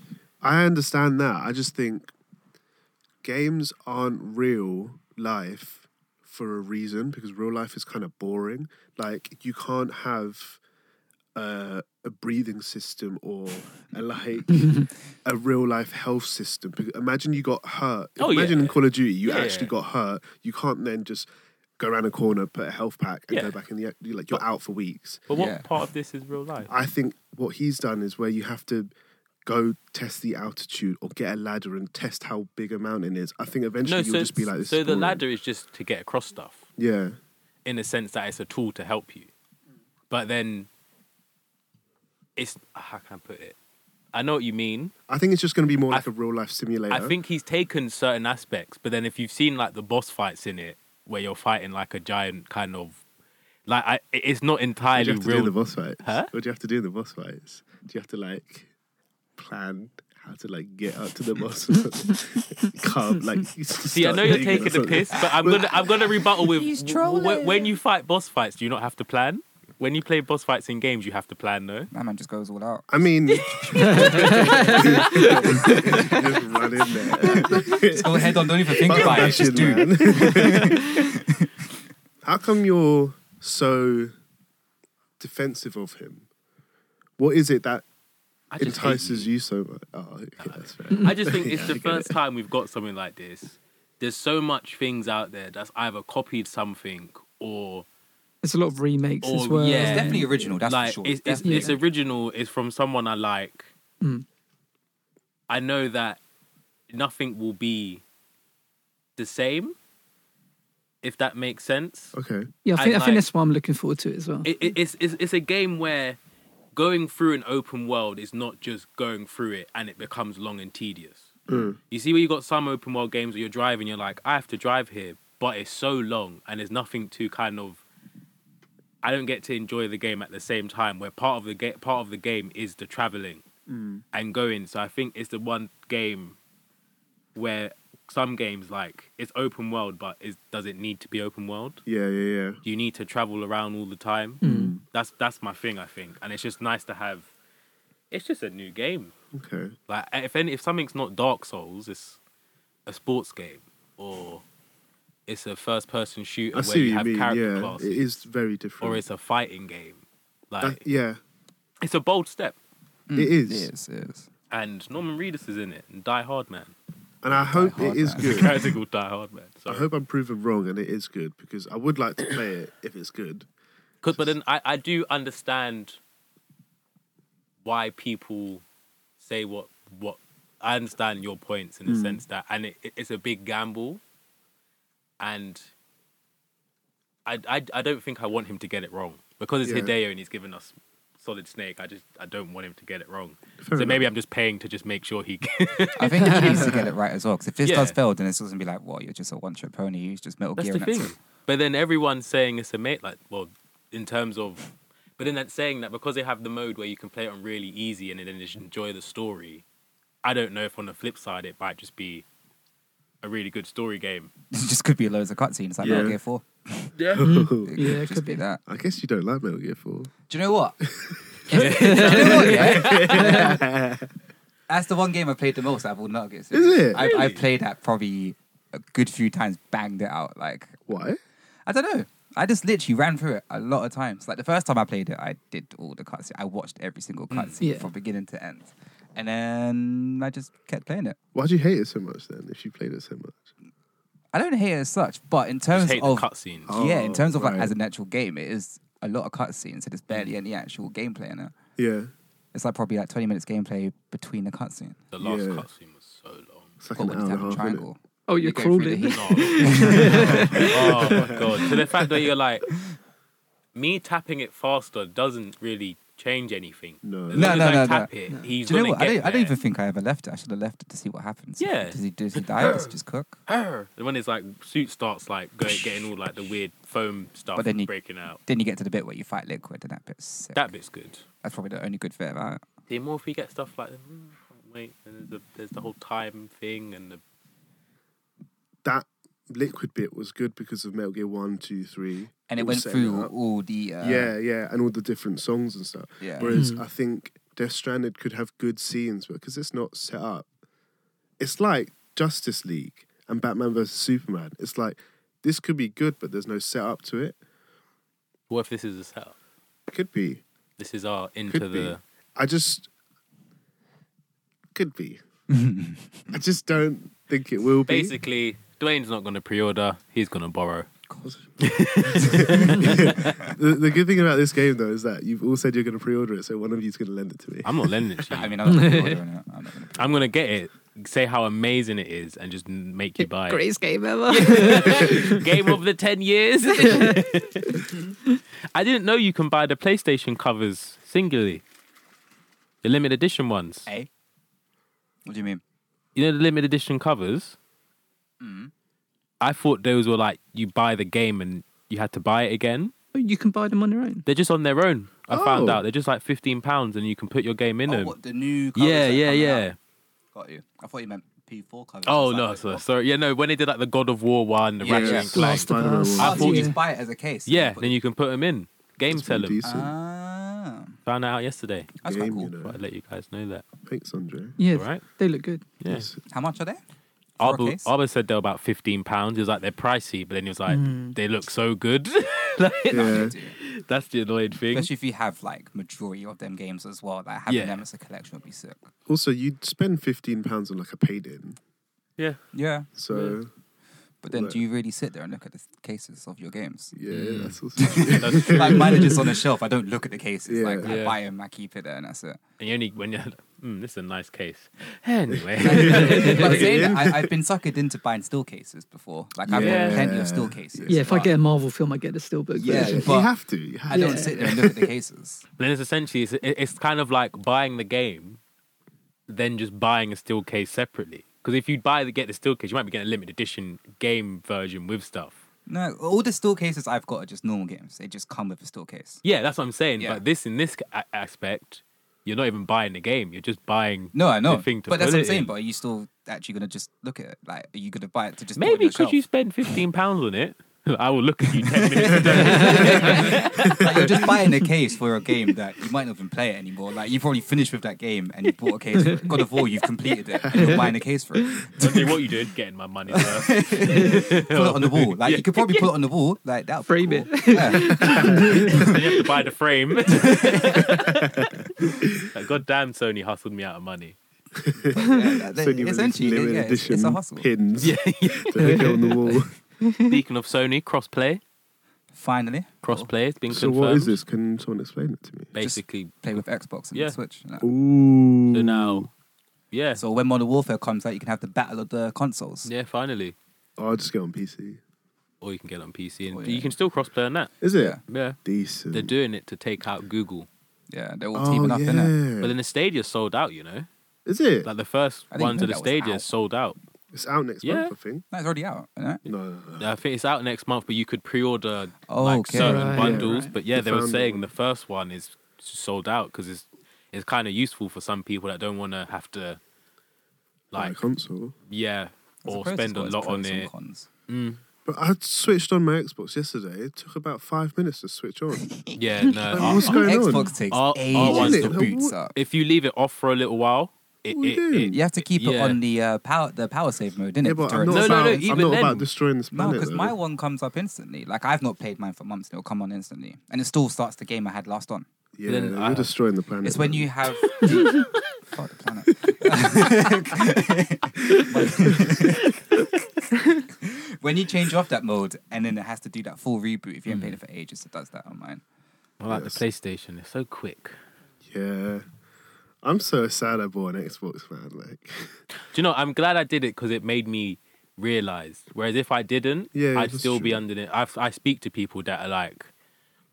[SPEAKER 1] I understand that. I just think games aren't real life for a reason because real life is kind of boring. Like you can't have uh, a breathing system or a, like a real life health system. Because imagine you got hurt.
[SPEAKER 2] Oh, yeah,
[SPEAKER 1] imagine in
[SPEAKER 2] yeah.
[SPEAKER 1] Call of Duty you
[SPEAKER 2] Yeah,
[SPEAKER 1] actually
[SPEAKER 2] yeah.
[SPEAKER 1] got hurt. You can't then just go around a corner, put a health pack, and
[SPEAKER 2] Yeah.
[SPEAKER 1] go back in the act- you're like you're out for weeks.
[SPEAKER 2] but what
[SPEAKER 3] Yeah.
[SPEAKER 2] part of this is real life
[SPEAKER 1] I think what he's done is where you have to go test the altitude or get a ladder and test how big a mountain is. I think eventually you'll just be like this.
[SPEAKER 2] so
[SPEAKER 1] is
[SPEAKER 2] the
[SPEAKER 1] boring.
[SPEAKER 2] ladder is just to get across stuff
[SPEAKER 1] Yeah.
[SPEAKER 2] in the sense that it's a tool to help you but then it's ah, how can i put it i know what you mean
[SPEAKER 1] I think it's just going to be more
[SPEAKER 2] I-
[SPEAKER 1] like a real life simulator.
[SPEAKER 2] I think he's taken certain aspects, but then if you've seen like the boss fights in it, where you're fighting like a giant kind of, like I, it's not
[SPEAKER 1] what do
[SPEAKER 2] entirely
[SPEAKER 1] you have to do in
[SPEAKER 2] real.
[SPEAKER 1] the boss fights?
[SPEAKER 2] Huh?
[SPEAKER 1] What do you have to do in the boss fights? Do you have to like plan how to like get up to the boss? Come like
[SPEAKER 2] See, I know you're taking the piss, but I'm gonna I'm gonna rebuttal with
[SPEAKER 3] He's
[SPEAKER 2] w- w-
[SPEAKER 3] trolling.
[SPEAKER 2] when you fight boss fights, do you not have to plan? When you play boss fights in games, you have to plan, no?
[SPEAKER 3] That man just goes all out.
[SPEAKER 1] I mean, just run in there.
[SPEAKER 3] Go Oh, head on, don't even think
[SPEAKER 1] Fuck
[SPEAKER 3] about it.
[SPEAKER 1] that shit,
[SPEAKER 3] Just do. it.
[SPEAKER 1] man. How come you're so defensive of him? What is it that
[SPEAKER 2] I just hate Uh,
[SPEAKER 1] entices you so much? Oh, okay, that's fair.
[SPEAKER 2] I just think it's
[SPEAKER 1] Yeah, I
[SPEAKER 2] the
[SPEAKER 1] get
[SPEAKER 2] first time we've got something like this. There's so much things out there that's either copied something or
[SPEAKER 4] There's a lot of remakes
[SPEAKER 2] Or-
[SPEAKER 4] as well.
[SPEAKER 2] yeah.
[SPEAKER 3] It's definitely original. That's
[SPEAKER 2] like
[SPEAKER 3] for sure.
[SPEAKER 2] it's, it's,
[SPEAKER 3] Definitely.
[SPEAKER 2] it's original. It's from someone I like.
[SPEAKER 4] Mm.
[SPEAKER 2] I know that nothing will be the same, if that makes sense.
[SPEAKER 1] Okay.
[SPEAKER 4] Yeah, I think,
[SPEAKER 2] And,
[SPEAKER 4] I
[SPEAKER 2] like-
[SPEAKER 4] think that's why I'm looking forward to it as well.
[SPEAKER 2] It, it, it's, it's it's a game where going through an open world is not just going through it and it becomes long and tedious.
[SPEAKER 1] Mm.
[SPEAKER 2] You see, where you got some open world games where you're driving, you're like, I have to drive here, but it's so long and there's nothing to kind of. I don't get to enjoy the game at the same time. Where part of the ga- part of the game is the traveling and going. So I think it's the one game where some games like it's open world, but is does it need to be open world?
[SPEAKER 1] Yeah, yeah, yeah.
[SPEAKER 2] you need to travel around all the time.
[SPEAKER 1] Hmm.
[SPEAKER 2] That's that's my thing, I think, and it's just nice to have. It's just a new game.
[SPEAKER 1] Okay.
[SPEAKER 2] Like if any, if something's not Dark Souls, it's a sports game or it's a first-person shooter
[SPEAKER 1] I
[SPEAKER 2] where you
[SPEAKER 1] see
[SPEAKER 2] have
[SPEAKER 1] what you mean.
[SPEAKER 2] character
[SPEAKER 1] Yeah,
[SPEAKER 2] classes,
[SPEAKER 1] it is very different.
[SPEAKER 2] or it's a fighting game. Like
[SPEAKER 1] That- yeah,
[SPEAKER 2] it's a bold step,
[SPEAKER 1] it is.
[SPEAKER 3] It is. It is.
[SPEAKER 2] and Norman Reedus is in it, and Die Hard Man.
[SPEAKER 1] And I hope
[SPEAKER 3] hard,
[SPEAKER 1] it is
[SPEAKER 3] man.
[SPEAKER 2] The
[SPEAKER 1] good.
[SPEAKER 2] character called Die Hard Man.
[SPEAKER 1] I
[SPEAKER 2] Sorry.
[SPEAKER 1] hope I'm proven wrong and it is good because I would like to play it if it's good.
[SPEAKER 2] 'Cause- but then I, I do understand why people say what what I understand your points
[SPEAKER 1] Hmm.
[SPEAKER 2] in the sense that and it, it's a big gamble and I, I I don't think I want him to get it wrong because it's
[SPEAKER 1] Yeah.
[SPEAKER 2] Hideo and he's given us Solid Snake I just I don't want him to get it wrong
[SPEAKER 1] Fair
[SPEAKER 2] so
[SPEAKER 1] enough.
[SPEAKER 2] maybe I'm just paying to just make sure he
[SPEAKER 3] I think he needs to get it right as well. Because if this
[SPEAKER 2] Yeah.
[SPEAKER 3] does fail, then it's going to be like, "What? You're just a one-trick pony. You're just Metal
[SPEAKER 2] That's
[SPEAKER 3] Gear."
[SPEAKER 2] the
[SPEAKER 3] and that's
[SPEAKER 2] thing. But then everyone's saying it's a mate, like, well, in terms of. But then that's saying that because they have the mode where you can play it on really easy and then just enjoy the story, I don't know if on the flip side it might just be a really good story game.
[SPEAKER 3] it. It just could be loads of cutscenes, like
[SPEAKER 1] Yeah.
[SPEAKER 3] Metal Gear Four.
[SPEAKER 2] Yeah.
[SPEAKER 4] Yeah, it
[SPEAKER 3] just
[SPEAKER 4] could
[SPEAKER 3] be
[SPEAKER 4] be.
[SPEAKER 3] that.
[SPEAKER 1] I guess you don't like Metal Gear 4.
[SPEAKER 3] Do you know what? Do you know what, yeah? That's the one game I played the most out of all Metal Gear series.
[SPEAKER 1] Is it?
[SPEAKER 3] I, I
[SPEAKER 2] Really?
[SPEAKER 3] played that probably a good few times, banged it out. Like
[SPEAKER 1] Why?
[SPEAKER 3] I don't know. I just literally ran through it a lot of times. Like the first time I played it, I did all the cutscenes. I watched every single cutscene
[SPEAKER 4] Yeah.
[SPEAKER 3] from beginning to end, and then I just kept playing it.
[SPEAKER 1] Why do you hate it so much then if you played it so much?
[SPEAKER 3] I don't hate it as such, but in
[SPEAKER 2] I just
[SPEAKER 3] terms
[SPEAKER 2] hate
[SPEAKER 3] of
[SPEAKER 2] the cutscenes.
[SPEAKER 3] yeah, in
[SPEAKER 1] Oh,
[SPEAKER 3] terms of like
[SPEAKER 1] right.
[SPEAKER 3] as an actual game, it is a lot of cutscenes. So there's barely any actual gameplay in it.
[SPEAKER 1] Yeah.
[SPEAKER 3] It's like probably like 20 minutes gameplay between the cutscene.
[SPEAKER 2] The last
[SPEAKER 1] yeah.
[SPEAKER 2] cutscene was so long.
[SPEAKER 1] It's like an
[SPEAKER 3] But when
[SPEAKER 1] hour and a
[SPEAKER 3] you have a
[SPEAKER 1] half. innit?
[SPEAKER 3] triangle,
[SPEAKER 4] Oh,
[SPEAKER 3] You
[SPEAKER 4] you're
[SPEAKER 3] go through
[SPEAKER 4] crawling.
[SPEAKER 3] the-
[SPEAKER 2] No. oh my god! To the fact that you're like me tapping it faster doesn't really change anything.
[SPEAKER 1] No.
[SPEAKER 2] As
[SPEAKER 1] No,
[SPEAKER 2] long
[SPEAKER 3] no,
[SPEAKER 2] as I
[SPEAKER 3] no, no.
[SPEAKER 2] tap it, he's
[SPEAKER 3] Do you know
[SPEAKER 2] gonna
[SPEAKER 3] what?
[SPEAKER 2] get
[SPEAKER 3] I don't, I don't
[SPEAKER 2] there.
[SPEAKER 3] even think I ever left it. I should have left it to see what happens.
[SPEAKER 2] Yeah.
[SPEAKER 3] Does he does he die? does he just cook?
[SPEAKER 2] Arr! And when it's like suit starts like going, getting all like the weird foam stuff
[SPEAKER 3] But then you-
[SPEAKER 2] breaking out.
[SPEAKER 3] Then you get to the bit where you fight Liquid, and that bit's sick.
[SPEAKER 2] That bit's good.
[SPEAKER 3] That's probably the only good bit about it.
[SPEAKER 2] The more we get stuff like "Mm, can't wait, and there's the, there's the whole time thing and the
[SPEAKER 1] That liquid bit was good because of Metal Gear 1, 2, 3.
[SPEAKER 3] And it
[SPEAKER 1] all
[SPEAKER 3] went
[SPEAKER 1] setting
[SPEAKER 3] through
[SPEAKER 1] up.
[SPEAKER 3] all the uh,
[SPEAKER 1] yeah, yeah, and all the different songs and stuff.
[SPEAKER 3] Yeah.
[SPEAKER 1] Whereas I think Death Stranded could have good scenes, but because it's not set up, it's like Justice League and Batman versus Superman. It's like this could be good, but there's no setup to it.
[SPEAKER 2] what if this is a setup?
[SPEAKER 1] Could be,
[SPEAKER 2] This is our into
[SPEAKER 1] could be.
[SPEAKER 2] the
[SPEAKER 1] I just could be. I just don't think it will be.
[SPEAKER 2] basically Dwayne's not gonna pre-order. He's gonna borrow.
[SPEAKER 1] The, the good thing about this game, though, is that you've all said you're going to pre-order it, so one of you's going to lend it to me.
[SPEAKER 2] I'm not lending it to you.
[SPEAKER 3] I mean, I'm not ordering it. I'm not gonna
[SPEAKER 2] I'm gonna get it. Say how amazing it is, and just n- make you buy
[SPEAKER 4] Greatest game ever.
[SPEAKER 2] it. Game of the ten years. I didn't know you can buy the PlayStation covers singularly, the limited edition ones.
[SPEAKER 3] Eh? What do you mean?
[SPEAKER 2] You know the limited edition covers.
[SPEAKER 3] Mm.
[SPEAKER 2] I thought those were like you buy the game and you had to buy it again.
[SPEAKER 4] Oh, you can buy them on your own.
[SPEAKER 2] They're just on their own. I found
[SPEAKER 1] Oh.
[SPEAKER 2] out they're just like fifteen pounds, and you can put your game in
[SPEAKER 3] Oh,
[SPEAKER 2] them.
[SPEAKER 3] what the new? covers
[SPEAKER 2] Yeah,
[SPEAKER 3] that are
[SPEAKER 2] yeah,
[SPEAKER 3] coming
[SPEAKER 2] yeah.
[SPEAKER 3] out? Got you. I thought you meant P4 covers.
[SPEAKER 2] Oh
[SPEAKER 3] It's
[SPEAKER 2] no,
[SPEAKER 3] like,
[SPEAKER 2] sorry,
[SPEAKER 3] what-
[SPEAKER 2] sorry. Yeah, no. When they did like the God of War one, the
[SPEAKER 3] Yeah,
[SPEAKER 2] Ratchet
[SPEAKER 3] yeah.
[SPEAKER 2] and Clank,
[SPEAKER 4] Last of
[SPEAKER 1] Spider-Man
[SPEAKER 4] Us.
[SPEAKER 1] was-
[SPEAKER 3] Oh,
[SPEAKER 2] I
[SPEAKER 3] so
[SPEAKER 2] thought
[SPEAKER 3] you
[SPEAKER 2] you-
[SPEAKER 3] just buy it as a case.
[SPEAKER 2] Yeah, then you can put them in. Game
[SPEAKER 1] It's pretty
[SPEAKER 2] sell them.
[SPEAKER 1] decent.
[SPEAKER 3] Ah,
[SPEAKER 2] Found out yesterday.
[SPEAKER 3] that's quite
[SPEAKER 1] game,
[SPEAKER 3] cool.
[SPEAKER 1] you know.
[SPEAKER 2] But I'd let you guys know that.
[SPEAKER 1] Thanks, Andre.
[SPEAKER 4] Yeah,
[SPEAKER 2] Alright.
[SPEAKER 4] they look good.
[SPEAKER 2] Yeah.
[SPEAKER 1] Yes.
[SPEAKER 3] How much are they? For a
[SPEAKER 2] Arbor,
[SPEAKER 3] case?
[SPEAKER 2] Arbor said they're about fifteen pounds. He was like they're pricey, but then he was like
[SPEAKER 3] Hmm.
[SPEAKER 2] they look so good. Like,
[SPEAKER 1] Yeah.
[SPEAKER 2] That's the annoying thing.
[SPEAKER 3] Especially if you have like majority of them games as well. Like having
[SPEAKER 2] Yeah.
[SPEAKER 3] them as a collection would be sick.
[SPEAKER 1] Also, you'd spend fifteen pounds on like a paid-in,
[SPEAKER 2] Yeah.
[SPEAKER 3] Yeah.
[SPEAKER 1] so
[SPEAKER 3] But then,
[SPEAKER 1] Right.
[SPEAKER 3] do you really sit there and look at the cases of your games?
[SPEAKER 1] yeah,
[SPEAKER 3] Mm.
[SPEAKER 1] that's also true.
[SPEAKER 2] That's true.
[SPEAKER 3] like mine are just on a shelf. I don't look at the cases.
[SPEAKER 1] Yeah.
[SPEAKER 3] Like I
[SPEAKER 2] Yeah.
[SPEAKER 3] buy them, I keep it there, and that's it.
[SPEAKER 2] and you only when you're mm, this is a nice case. Anyway.
[SPEAKER 3] But saying that, I, I've been suckered into buying steel cases before. Like I've
[SPEAKER 1] Yeah.
[SPEAKER 3] got plenty of steel cases.
[SPEAKER 4] Yeah, if I
[SPEAKER 3] but
[SPEAKER 4] get a Marvel film, I get the steelbook.
[SPEAKER 3] Yeah.
[SPEAKER 4] version.
[SPEAKER 1] you
[SPEAKER 3] but-
[SPEAKER 1] have to. You have
[SPEAKER 3] I
[SPEAKER 1] to.
[SPEAKER 3] don't
[SPEAKER 4] Yeah.
[SPEAKER 3] sit there and look at the cases.
[SPEAKER 2] then it's essentially it's, it- it's kind of like buying the game, then just buying a steel case separately. Because if you buy the get the steel case, you might be getting a limited edition game version with stuff.
[SPEAKER 3] No, all the steel cases I've got are just normal games. They just come with a steel case.
[SPEAKER 2] Yeah, that's what I'm saying.
[SPEAKER 3] Yeah.
[SPEAKER 2] But this in this a- aspect, you're not even buying the game. You're just buying.
[SPEAKER 3] No, I know.
[SPEAKER 2] The thing to
[SPEAKER 3] but that's
[SPEAKER 2] put
[SPEAKER 3] what I'm
[SPEAKER 2] it
[SPEAKER 3] saying.
[SPEAKER 2] in.
[SPEAKER 3] But are you still actually gonna just look at it? Like, are you gonna buy it to just put
[SPEAKER 2] Maybe
[SPEAKER 3] on your
[SPEAKER 2] because you
[SPEAKER 3] shelf?
[SPEAKER 2] spend fifteen pounds on it, I will look at you ten minutes.
[SPEAKER 3] like, you're just buying a case for a game that you might not even play it anymore. Like you've already finished with that game and you bought a case. For it. God of War, you've completed it and you're buying a case for it.
[SPEAKER 2] okay, what you doing? Getting my money worth.
[SPEAKER 3] Put it on the wall. Like you could probably put it on the wall. Like that.
[SPEAKER 4] Frame
[SPEAKER 3] cool.
[SPEAKER 4] it.
[SPEAKER 3] Yeah.
[SPEAKER 2] then you have to buy the frame. like, God damn, Sony hustled me out of money.
[SPEAKER 3] yeah that-
[SPEAKER 1] So you release
[SPEAKER 3] essentially, yeah,
[SPEAKER 1] limited
[SPEAKER 3] it's- it's,
[SPEAKER 1] edition
[SPEAKER 3] a hustle.
[SPEAKER 1] pins that they go on the wall.
[SPEAKER 2] Speaking of Sony, crossplay,
[SPEAKER 3] Finally,
[SPEAKER 2] crossplay, it's been
[SPEAKER 1] So
[SPEAKER 2] confirmed.
[SPEAKER 1] what is this? Can someone explain it to me?
[SPEAKER 2] Basically,
[SPEAKER 3] play with Xbox and
[SPEAKER 2] Yeah.
[SPEAKER 3] Switch. and that.
[SPEAKER 1] Ooh,
[SPEAKER 2] so
[SPEAKER 3] Mm.
[SPEAKER 2] now, yeah,
[SPEAKER 3] So when Modern Warfare comes out, you can have the battle of the consoles.
[SPEAKER 2] yeah, finally,
[SPEAKER 1] Oh, I'll just get on PC.
[SPEAKER 2] or you can get it on PC, and
[SPEAKER 3] Oh,
[SPEAKER 2] you
[SPEAKER 3] yeah.
[SPEAKER 2] can still crossplay on that.
[SPEAKER 1] Is it
[SPEAKER 3] Yeah.
[SPEAKER 2] Yeah,
[SPEAKER 1] decent?
[SPEAKER 2] they're doing it to take out Google,
[SPEAKER 3] Yeah, they're all
[SPEAKER 1] oh
[SPEAKER 3] teaming up
[SPEAKER 1] yeah,
[SPEAKER 3] in it.
[SPEAKER 2] but then the Stadia sold out. You know,
[SPEAKER 1] is it?
[SPEAKER 2] like the first
[SPEAKER 3] I didn't
[SPEAKER 2] ones
[SPEAKER 3] know
[SPEAKER 2] of the
[SPEAKER 3] that was
[SPEAKER 2] Stadia
[SPEAKER 3] out.
[SPEAKER 2] sold out.
[SPEAKER 1] it's out next
[SPEAKER 2] Yeah.
[SPEAKER 1] month, I think.
[SPEAKER 3] That's already out. Isn't it?
[SPEAKER 1] No, uh, no, no.
[SPEAKER 2] I think it's out next month, but you could pre-order
[SPEAKER 3] Oh,
[SPEAKER 2] like
[SPEAKER 3] okay.
[SPEAKER 2] certain
[SPEAKER 4] Right, yeah,
[SPEAKER 2] bundles.
[SPEAKER 4] right.
[SPEAKER 2] But yeah,
[SPEAKER 1] The
[SPEAKER 2] they were
[SPEAKER 1] founder
[SPEAKER 2] saying
[SPEAKER 1] one.
[SPEAKER 2] the first one is sold out because it's it's kind of useful for some people that don't want to have to
[SPEAKER 1] Like,
[SPEAKER 2] like
[SPEAKER 1] console.
[SPEAKER 2] yeah
[SPEAKER 3] I
[SPEAKER 2] or
[SPEAKER 3] suppose it's
[SPEAKER 2] spend a
[SPEAKER 3] got its
[SPEAKER 2] lot on
[SPEAKER 3] pros and
[SPEAKER 2] it.
[SPEAKER 3] cons.
[SPEAKER 1] But I switched on my Xbox yesterday. It took about five minutes to switch on.
[SPEAKER 2] Yeah, no. I-
[SPEAKER 1] what's
[SPEAKER 2] I-
[SPEAKER 1] going on?
[SPEAKER 3] Xbox takes
[SPEAKER 2] Our- our
[SPEAKER 3] ages
[SPEAKER 2] ones
[SPEAKER 3] to
[SPEAKER 1] don't-
[SPEAKER 3] boots up.
[SPEAKER 2] if you leave it off for a little while, it,
[SPEAKER 1] What are you
[SPEAKER 2] it,
[SPEAKER 1] doing?
[SPEAKER 2] it,
[SPEAKER 3] You have to keep it
[SPEAKER 2] Yeah.
[SPEAKER 3] on the uh, power the power save mode, didn't
[SPEAKER 1] Yeah,
[SPEAKER 3] it?
[SPEAKER 1] but I'm
[SPEAKER 3] during
[SPEAKER 1] not,
[SPEAKER 2] No,
[SPEAKER 3] the
[SPEAKER 2] no,
[SPEAKER 1] about,
[SPEAKER 2] no,
[SPEAKER 1] I'm
[SPEAKER 3] silence?
[SPEAKER 2] even
[SPEAKER 1] not about
[SPEAKER 2] then-
[SPEAKER 1] destroying this
[SPEAKER 3] No,
[SPEAKER 1] planet.
[SPEAKER 3] because
[SPEAKER 1] though.
[SPEAKER 3] my one comes up instantly. Like I've not played mine for months, and it'll come on instantly, and it still starts the game I had last on.
[SPEAKER 1] yeah,
[SPEAKER 2] then
[SPEAKER 1] you're
[SPEAKER 2] I-
[SPEAKER 1] destroying the planet.
[SPEAKER 3] uh, It's when
[SPEAKER 1] though.
[SPEAKER 3] you have the, fuck the planet. when you change off that mode and then it has to do that full reboot, if you haven't played it
[SPEAKER 2] Hmm.
[SPEAKER 3] for ages, it does that on mine.
[SPEAKER 2] I like
[SPEAKER 1] Yes.
[SPEAKER 2] the PlayStation. It's so quick.
[SPEAKER 1] Yeah. I'm so sad I bought an Xbox, man. Like,
[SPEAKER 2] Do you know? I'm glad I did it because it made me realize. Whereas if I didn't,
[SPEAKER 1] Yeah,
[SPEAKER 2] I'd
[SPEAKER 1] that's
[SPEAKER 2] still be
[SPEAKER 1] true.
[SPEAKER 2] under it. I, I speak to people that are like,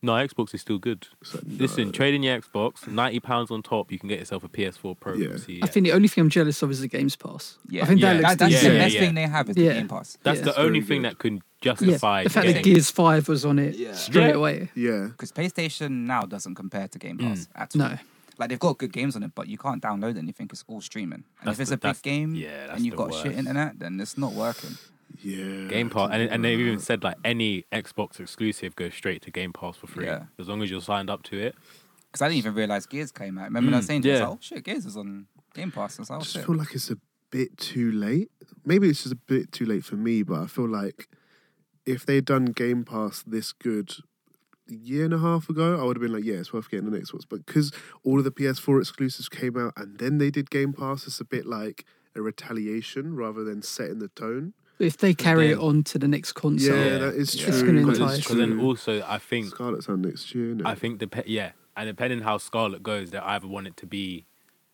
[SPEAKER 2] "No, Xbox is still good.
[SPEAKER 1] it's like,
[SPEAKER 2] Listen,
[SPEAKER 1] no.
[SPEAKER 2] trade in your Xbox. Ninety pounds on top, you can get yourself a PS4 Pro." E
[SPEAKER 1] Yeah.
[SPEAKER 2] See,
[SPEAKER 4] I think the only thing I'm jealous of is the Games Pass.
[SPEAKER 3] Yeah,
[SPEAKER 4] I think
[SPEAKER 2] Yeah.
[SPEAKER 4] that looks
[SPEAKER 3] That- that's
[SPEAKER 4] decent.
[SPEAKER 3] the
[SPEAKER 2] Yeah,
[SPEAKER 3] best
[SPEAKER 2] yeah.
[SPEAKER 3] thing they have is the
[SPEAKER 4] Yeah.
[SPEAKER 3] Game Pass.
[SPEAKER 2] that's
[SPEAKER 4] yeah,
[SPEAKER 2] the
[SPEAKER 4] it's
[SPEAKER 2] only
[SPEAKER 1] very
[SPEAKER 2] thing
[SPEAKER 1] good.
[SPEAKER 2] that can
[SPEAKER 4] Yeah,
[SPEAKER 2] justify
[SPEAKER 4] the fact that
[SPEAKER 2] getting-
[SPEAKER 4] Gears Five was on it
[SPEAKER 5] Yeah.
[SPEAKER 4] straight
[SPEAKER 2] Yeah.
[SPEAKER 4] away.
[SPEAKER 1] Yeah.
[SPEAKER 3] Because PlayStation now doesn't compare to Game Pass
[SPEAKER 2] Mm.
[SPEAKER 3] at all.
[SPEAKER 4] No,
[SPEAKER 3] Like they've got good games on it, but you can't download anything. It's all streaming. And
[SPEAKER 2] That's
[SPEAKER 3] if it's
[SPEAKER 2] the-
[SPEAKER 3] a
[SPEAKER 2] that's-
[SPEAKER 3] big game
[SPEAKER 2] yeah, that's
[SPEAKER 3] and you've
[SPEAKER 2] the
[SPEAKER 3] got shit
[SPEAKER 2] worst.
[SPEAKER 3] internet, then it's not working.
[SPEAKER 1] Yeah.
[SPEAKER 2] Game Pass, and, and they've even said like any Xbox exclusive goes straight to Game Pass for free
[SPEAKER 3] Yeah.
[SPEAKER 2] as long as you're signed up to it.
[SPEAKER 3] Because I didn't even realize Gears came out. Remember when I was
[SPEAKER 2] Mm,
[SPEAKER 3] saying, to you, I was
[SPEAKER 2] yeah.
[SPEAKER 3] like, oh shit, Gears is on Game Pass. I was like,
[SPEAKER 1] I
[SPEAKER 3] oh
[SPEAKER 1] just
[SPEAKER 3] shit.
[SPEAKER 1] feel like it's a bit too late. Maybe it's just a bit too late for me, but I feel like if they'd done Game Pass this good a year and a half ago, I would have been like, yeah, it's worth getting the next ones. But because all of the PS4 exclusives came out and then they did Game Pass, it's a bit like a retaliation rather than setting the tone.
[SPEAKER 4] if they carry
[SPEAKER 2] then-
[SPEAKER 4] it on to the next console,
[SPEAKER 1] yeah, that is
[SPEAKER 4] Yeah.
[SPEAKER 1] true.
[SPEAKER 4] It's gonna
[SPEAKER 1] that is
[SPEAKER 4] entice.
[SPEAKER 2] Because then
[SPEAKER 1] true.
[SPEAKER 2] also I think
[SPEAKER 1] Scarlet's on next year. No?
[SPEAKER 2] I think the yeah, and depending how Scarlet goes, they either want it to be,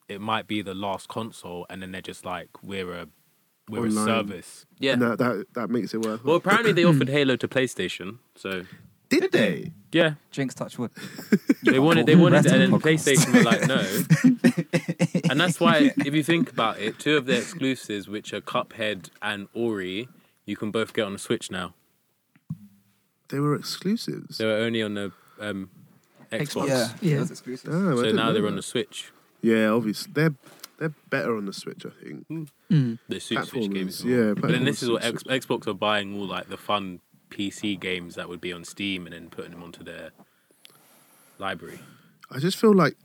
[SPEAKER 2] it might be the last console, and then they're just like we're a we're
[SPEAKER 1] Online.
[SPEAKER 2] a service. Yeah.
[SPEAKER 1] And that, that that makes it worth.
[SPEAKER 2] Well,
[SPEAKER 1] it.
[SPEAKER 2] apparently they offered Halo to PlayStation, so
[SPEAKER 1] did they?
[SPEAKER 2] yeah,
[SPEAKER 3] Drinks touch wood.
[SPEAKER 2] they wanted they
[SPEAKER 3] cool.
[SPEAKER 2] wanted it,
[SPEAKER 3] That's
[SPEAKER 2] and then
[SPEAKER 3] a podcast.
[SPEAKER 2] PlayStation were like no. and that's why, if you think about it, two of their exclusives, which are Cuphead and Ori, you can both get on the Switch now.
[SPEAKER 1] They were exclusives.
[SPEAKER 2] They were only on the um, Xbox,
[SPEAKER 4] Xbox.
[SPEAKER 3] Yeah,
[SPEAKER 4] Yeah.
[SPEAKER 3] It was exclusive.
[SPEAKER 1] Oh, I
[SPEAKER 2] so
[SPEAKER 1] didn't
[SPEAKER 2] now
[SPEAKER 1] know
[SPEAKER 2] they're
[SPEAKER 1] that.
[SPEAKER 2] on the Switch.
[SPEAKER 1] Yeah, obviously they're they're better on the Switch, I think.
[SPEAKER 2] The Switch, Switch games,
[SPEAKER 1] Platforms, yeah,
[SPEAKER 2] But then this
[SPEAKER 1] platforms,
[SPEAKER 2] is what X-
[SPEAKER 1] Switch.
[SPEAKER 2] Xbox are buying all like the fun PC games that would be on Steam and then putting them onto their library.
[SPEAKER 1] I just feel like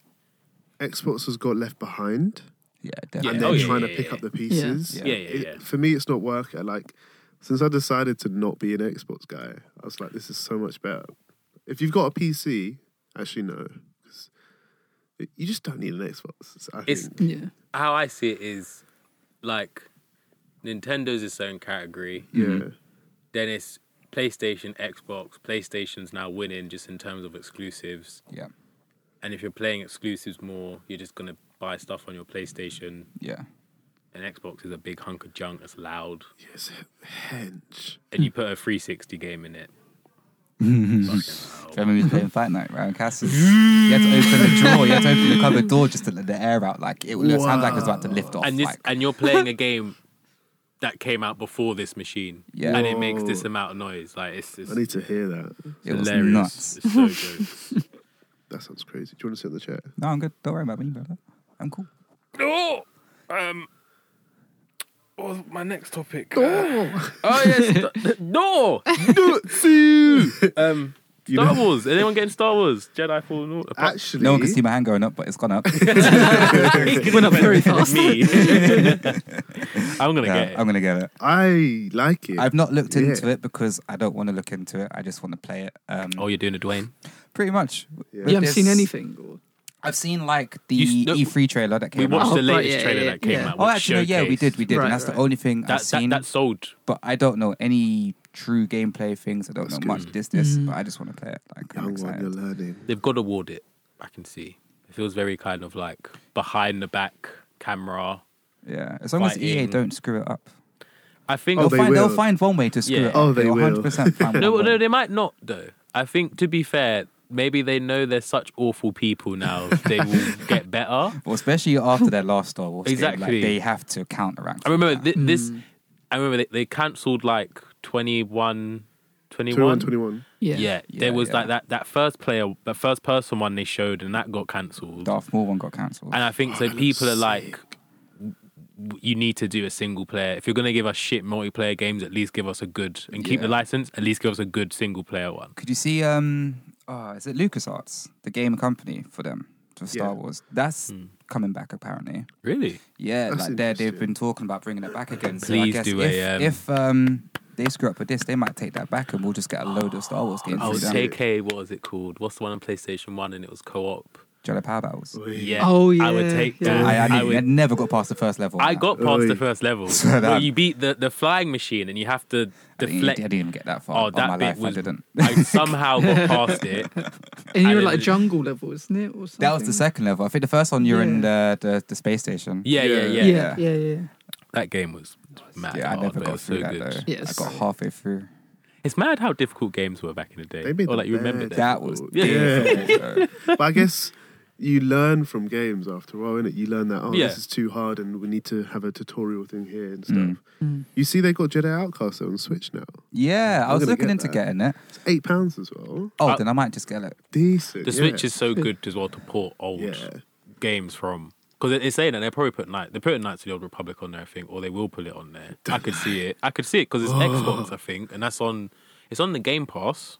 [SPEAKER 1] Xbox has got left behind,
[SPEAKER 3] Yeah,
[SPEAKER 1] and
[SPEAKER 3] definitely.
[SPEAKER 1] they're
[SPEAKER 2] Oh, yeah,
[SPEAKER 1] trying
[SPEAKER 2] yeah,
[SPEAKER 1] to pick
[SPEAKER 2] yeah.
[SPEAKER 1] up the pieces.
[SPEAKER 2] Yeah, yeah,
[SPEAKER 1] It-
[SPEAKER 2] yeah.
[SPEAKER 1] for me, it's not working. Like since I decided to not be an Xbox guy, I was like, this is so much better. If you've got a PC, actually no, 'cause it- you just don't need an Xbox. So I
[SPEAKER 2] It's-
[SPEAKER 1] think.
[SPEAKER 4] yeah,
[SPEAKER 2] How I see it is like Nintendo's its own category.
[SPEAKER 1] Yeah,
[SPEAKER 2] Then it's PlayStation, Xbox. PlayStation's now winning just in terms of exclusives.
[SPEAKER 3] Yeah,
[SPEAKER 2] And if you're playing exclusives more, you're just gonna buy stuff on your PlayStation.
[SPEAKER 3] yeah.
[SPEAKER 2] And Xbox is a big hunk of junk that's loud.
[SPEAKER 1] yes, hench.
[SPEAKER 2] And you put a 360 game in it.
[SPEAKER 3] Do you remember me playing Fight Night around Castle? you had to open the drawer, you had to open the cupboard door just to let the air out. Like it would it sound like it was about to lift off.
[SPEAKER 2] and this
[SPEAKER 3] like,
[SPEAKER 2] and you're playing a game that came out before this machine,
[SPEAKER 3] Yeah.
[SPEAKER 2] and it makes this
[SPEAKER 1] Whoa.
[SPEAKER 2] amount of noise. Like it's, it's
[SPEAKER 1] I need to hear that.
[SPEAKER 3] it was
[SPEAKER 2] hilarious.
[SPEAKER 3] nuts.
[SPEAKER 2] It's so good.
[SPEAKER 1] That sounds crazy. Do you want to sit in the chair?
[SPEAKER 3] No, I'm good. Don't worry about me, brother. I'm cool.
[SPEAKER 2] oh, um, well, my next topic. Oh, oh yes, th- no, um,
[SPEAKER 1] You
[SPEAKER 2] Star
[SPEAKER 1] know-
[SPEAKER 2] Wars. Anyone getting Star Wars? Jedi Fallen Order. Apart-
[SPEAKER 1] Actually,
[SPEAKER 3] No one can see my hand going up, but it's gone up.
[SPEAKER 4] went up very fast.
[SPEAKER 2] me. I'm gonna
[SPEAKER 3] Yeah,
[SPEAKER 2] get it.
[SPEAKER 3] I'm gonna get it.
[SPEAKER 1] I like it.
[SPEAKER 3] I've not looked
[SPEAKER 1] Yeah.
[SPEAKER 3] into it because I don't want to look into it. I just want to play it. Um,
[SPEAKER 2] Oh, you're doing a Dwayne.
[SPEAKER 3] pretty much.
[SPEAKER 1] Yeah.
[SPEAKER 3] With
[SPEAKER 4] You haven't seen
[SPEAKER 3] this-
[SPEAKER 4] anything. Or,
[SPEAKER 3] I've seen like the
[SPEAKER 2] You s- no,
[SPEAKER 3] E3 trailer that
[SPEAKER 2] We
[SPEAKER 3] came
[SPEAKER 2] watched
[SPEAKER 3] out.
[SPEAKER 4] Oh,
[SPEAKER 2] the
[SPEAKER 4] right,
[SPEAKER 2] latest
[SPEAKER 4] yeah,
[SPEAKER 2] trailer
[SPEAKER 4] yeah,
[SPEAKER 2] that came
[SPEAKER 4] yeah.
[SPEAKER 2] out.
[SPEAKER 3] Oh,
[SPEAKER 2] which
[SPEAKER 3] actually, no, yeah, we
[SPEAKER 2] showcased-
[SPEAKER 3] did, we did,
[SPEAKER 4] Right,
[SPEAKER 3] and that's
[SPEAKER 4] right.
[SPEAKER 3] the only thing
[SPEAKER 2] That,
[SPEAKER 3] I've
[SPEAKER 2] that
[SPEAKER 3] seen.
[SPEAKER 2] that sold.
[SPEAKER 3] but I don't know any true gameplay things. I don't know much this this, but I just want to play it. Like I'm
[SPEAKER 1] Young one, you're
[SPEAKER 3] excited.
[SPEAKER 1] learning.
[SPEAKER 2] They've got to award it. I can see. It feels very kind of like behind the back camera.
[SPEAKER 3] Yeah, as long as EA
[SPEAKER 2] Fighting.
[SPEAKER 3] don't screw it up,
[SPEAKER 2] I think.
[SPEAKER 1] Oh,
[SPEAKER 3] they'll,
[SPEAKER 1] they
[SPEAKER 3] find, they'll
[SPEAKER 1] will.
[SPEAKER 3] find one way to screw
[SPEAKER 2] Yeah.
[SPEAKER 3] it. Up.
[SPEAKER 1] Oh, they
[SPEAKER 3] They'll
[SPEAKER 1] will.
[SPEAKER 3] 100% find
[SPEAKER 2] no,
[SPEAKER 3] one
[SPEAKER 2] no,
[SPEAKER 3] way.
[SPEAKER 2] they might not though. I think to be fair, maybe they know they're such awful people now. they will get better.
[SPEAKER 3] Well, especially after their last Star Wars, game, like,
[SPEAKER 2] Exactly.
[SPEAKER 3] they have to counteract.
[SPEAKER 2] I remember
[SPEAKER 3] it
[SPEAKER 2] thi- this. I remember they, they cancelled like 21,
[SPEAKER 1] 21,
[SPEAKER 2] 21?
[SPEAKER 1] 21.
[SPEAKER 4] yeah,
[SPEAKER 2] Yeah.
[SPEAKER 3] Yeah,
[SPEAKER 2] there was
[SPEAKER 3] yeah.
[SPEAKER 2] like that that first player, that first person one they showed, and that got cancelled.
[SPEAKER 3] now. Darth Maul one got cancelled.
[SPEAKER 2] And I think so.
[SPEAKER 1] that
[SPEAKER 2] People are
[SPEAKER 1] looks
[SPEAKER 2] like, w- you need to do a single player. If you're going to give us shit multiplayer games, at least give us a good and keep the
[SPEAKER 3] Yeah.
[SPEAKER 2] license. At least give us a good single player one.
[SPEAKER 3] Could you see? Um, oh, is it LucasArts, the game company for them for Star
[SPEAKER 1] Yeah.
[SPEAKER 3] Wars? That's
[SPEAKER 2] Hmm.
[SPEAKER 3] coming back apparently.
[SPEAKER 2] Really?
[SPEAKER 3] Yeah,
[SPEAKER 1] That's
[SPEAKER 3] like they they've
[SPEAKER 1] interesting.
[SPEAKER 3] been talking about bringing it back again. So I
[SPEAKER 2] Please
[SPEAKER 3] guess
[SPEAKER 2] do
[SPEAKER 3] if,
[SPEAKER 2] a, um,
[SPEAKER 3] if um, they screw up with this, they might take that back, and we'll just get a load of Star Wars games.
[SPEAKER 2] I
[SPEAKER 3] through
[SPEAKER 2] was
[SPEAKER 3] them.
[SPEAKER 2] KK. What was it called? What's the one on PlayStation One and it was co-op?
[SPEAKER 3] Jedi Power Battles.
[SPEAKER 2] Yeah.
[SPEAKER 4] Oh,
[SPEAKER 2] I would
[SPEAKER 4] yeah,
[SPEAKER 2] take
[SPEAKER 4] yeah.
[SPEAKER 2] that.
[SPEAKER 3] I, I,
[SPEAKER 2] I
[SPEAKER 3] didn't-
[SPEAKER 2] would
[SPEAKER 3] I never got past the first level.
[SPEAKER 2] I got past
[SPEAKER 1] Oi.
[SPEAKER 2] the first level.
[SPEAKER 3] So
[SPEAKER 2] Where
[SPEAKER 3] that-
[SPEAKER 2] you beat the, the flying machine and you have to
[SPEAKER 3] I didn't, I
[SPEAKER 2] deflect.
[SPEAKER 3] didn't even get that far.
[SPEAKER 2] Oh,
[SPEAKER 3] in
[SPEAKER 2] that
[SPEAKER 3] my
[SPEAKER 2] bit
[SPEAKER 3] life, I
[SPEAKER 2] was.
[SPEAKER 3] didn't.
[SPEAKER 2] I somehow got past it.
[SPEAKER 4] And you were
[SPEAKER 2] I
[SPEAKER 4] like
[SPEAKER 2] didn't-
[SPEAKER 4] jungle level, isn't it? Or something?
[SPEAKER 3] That was the second level. I think the first one you're in the, the the space station.
[SPEAKER 2] Yeah, yeah, yeah.
[SPEAKER 1] Yeah.
[SPEAKER 4] Yeah, yeah, yeah.
[SPEAKER 2] That game was mad.
[SPEAKER 3] Yeah, I
[SPEAKER 2] hard,
[SPEAKER 3] never
[SPEAKER 2] but it
[SPEAKER 3] got
[SPEAKER 2] was
[SPEAKER 3] through
[SPEAKER 2] so
[SPEAKER 3] that
[SPEAKER 2] good.
[SPEAKER 3] though.
[SPEAKER 4] Yes.
[SPEAKER 3] I got halfway through.
[SPEAKER 2] It's mad how difficult games were back in the day.
[SPEAKER 1] They made
[SPEAKER 2] or like you
[SPEAKER 1] them
[SPEAKER 2] remember
[SPEAKER 1] bad.
[SPEAKER 2] that.
[SPEAKER 3] That was
[SPEAKER 2] Yeah.
[SPEAKER 3] difficult, though.
[SPEAKER 1] but I guess you learn from games after a while, innit? You learn that, oh,
[SPEAKER 2] Yeah.
[SPEAKER 1] this is too hard and we need to have a tutorial thing here and stuff.
[SPEAKER 3] Mm.
[SPEAKER 1] You see, they got Jedi Outcast on Switch now.
[SPEAKER 3] Yeah,
[SPEAKER 1] I'm
[SPEAKER 3] I was
[SPEAKER 1] gonna
[SPEAKER 3] looking
[SPEAKER 1] get
[SPEAKER 3] into
[SPEAKER 1] that.
[SPEAKER 3] getting it.
[SPEAKER 1] It's £8 pounds as well.
[SPEAKER 3] Oh,
[SPEAKER 2] Uh,
[SPEAKER 3] then I might just get it.
[SPEAKER 1] Decent.
[SPEAKER 2] The
[SPEAKER 1] yeah.
[SPEAKER 2] Switch is so good as well to port old
[SPEAKER 1] Yeah.
[SPEAKER 2] games from. Because it's saying that they're probably putting like they're putting Knights of the Old Republic on there, I think, or they will put it on there. I could see it. I could see it because it's Xbox, I think, and that's on. It's on the Game Pass.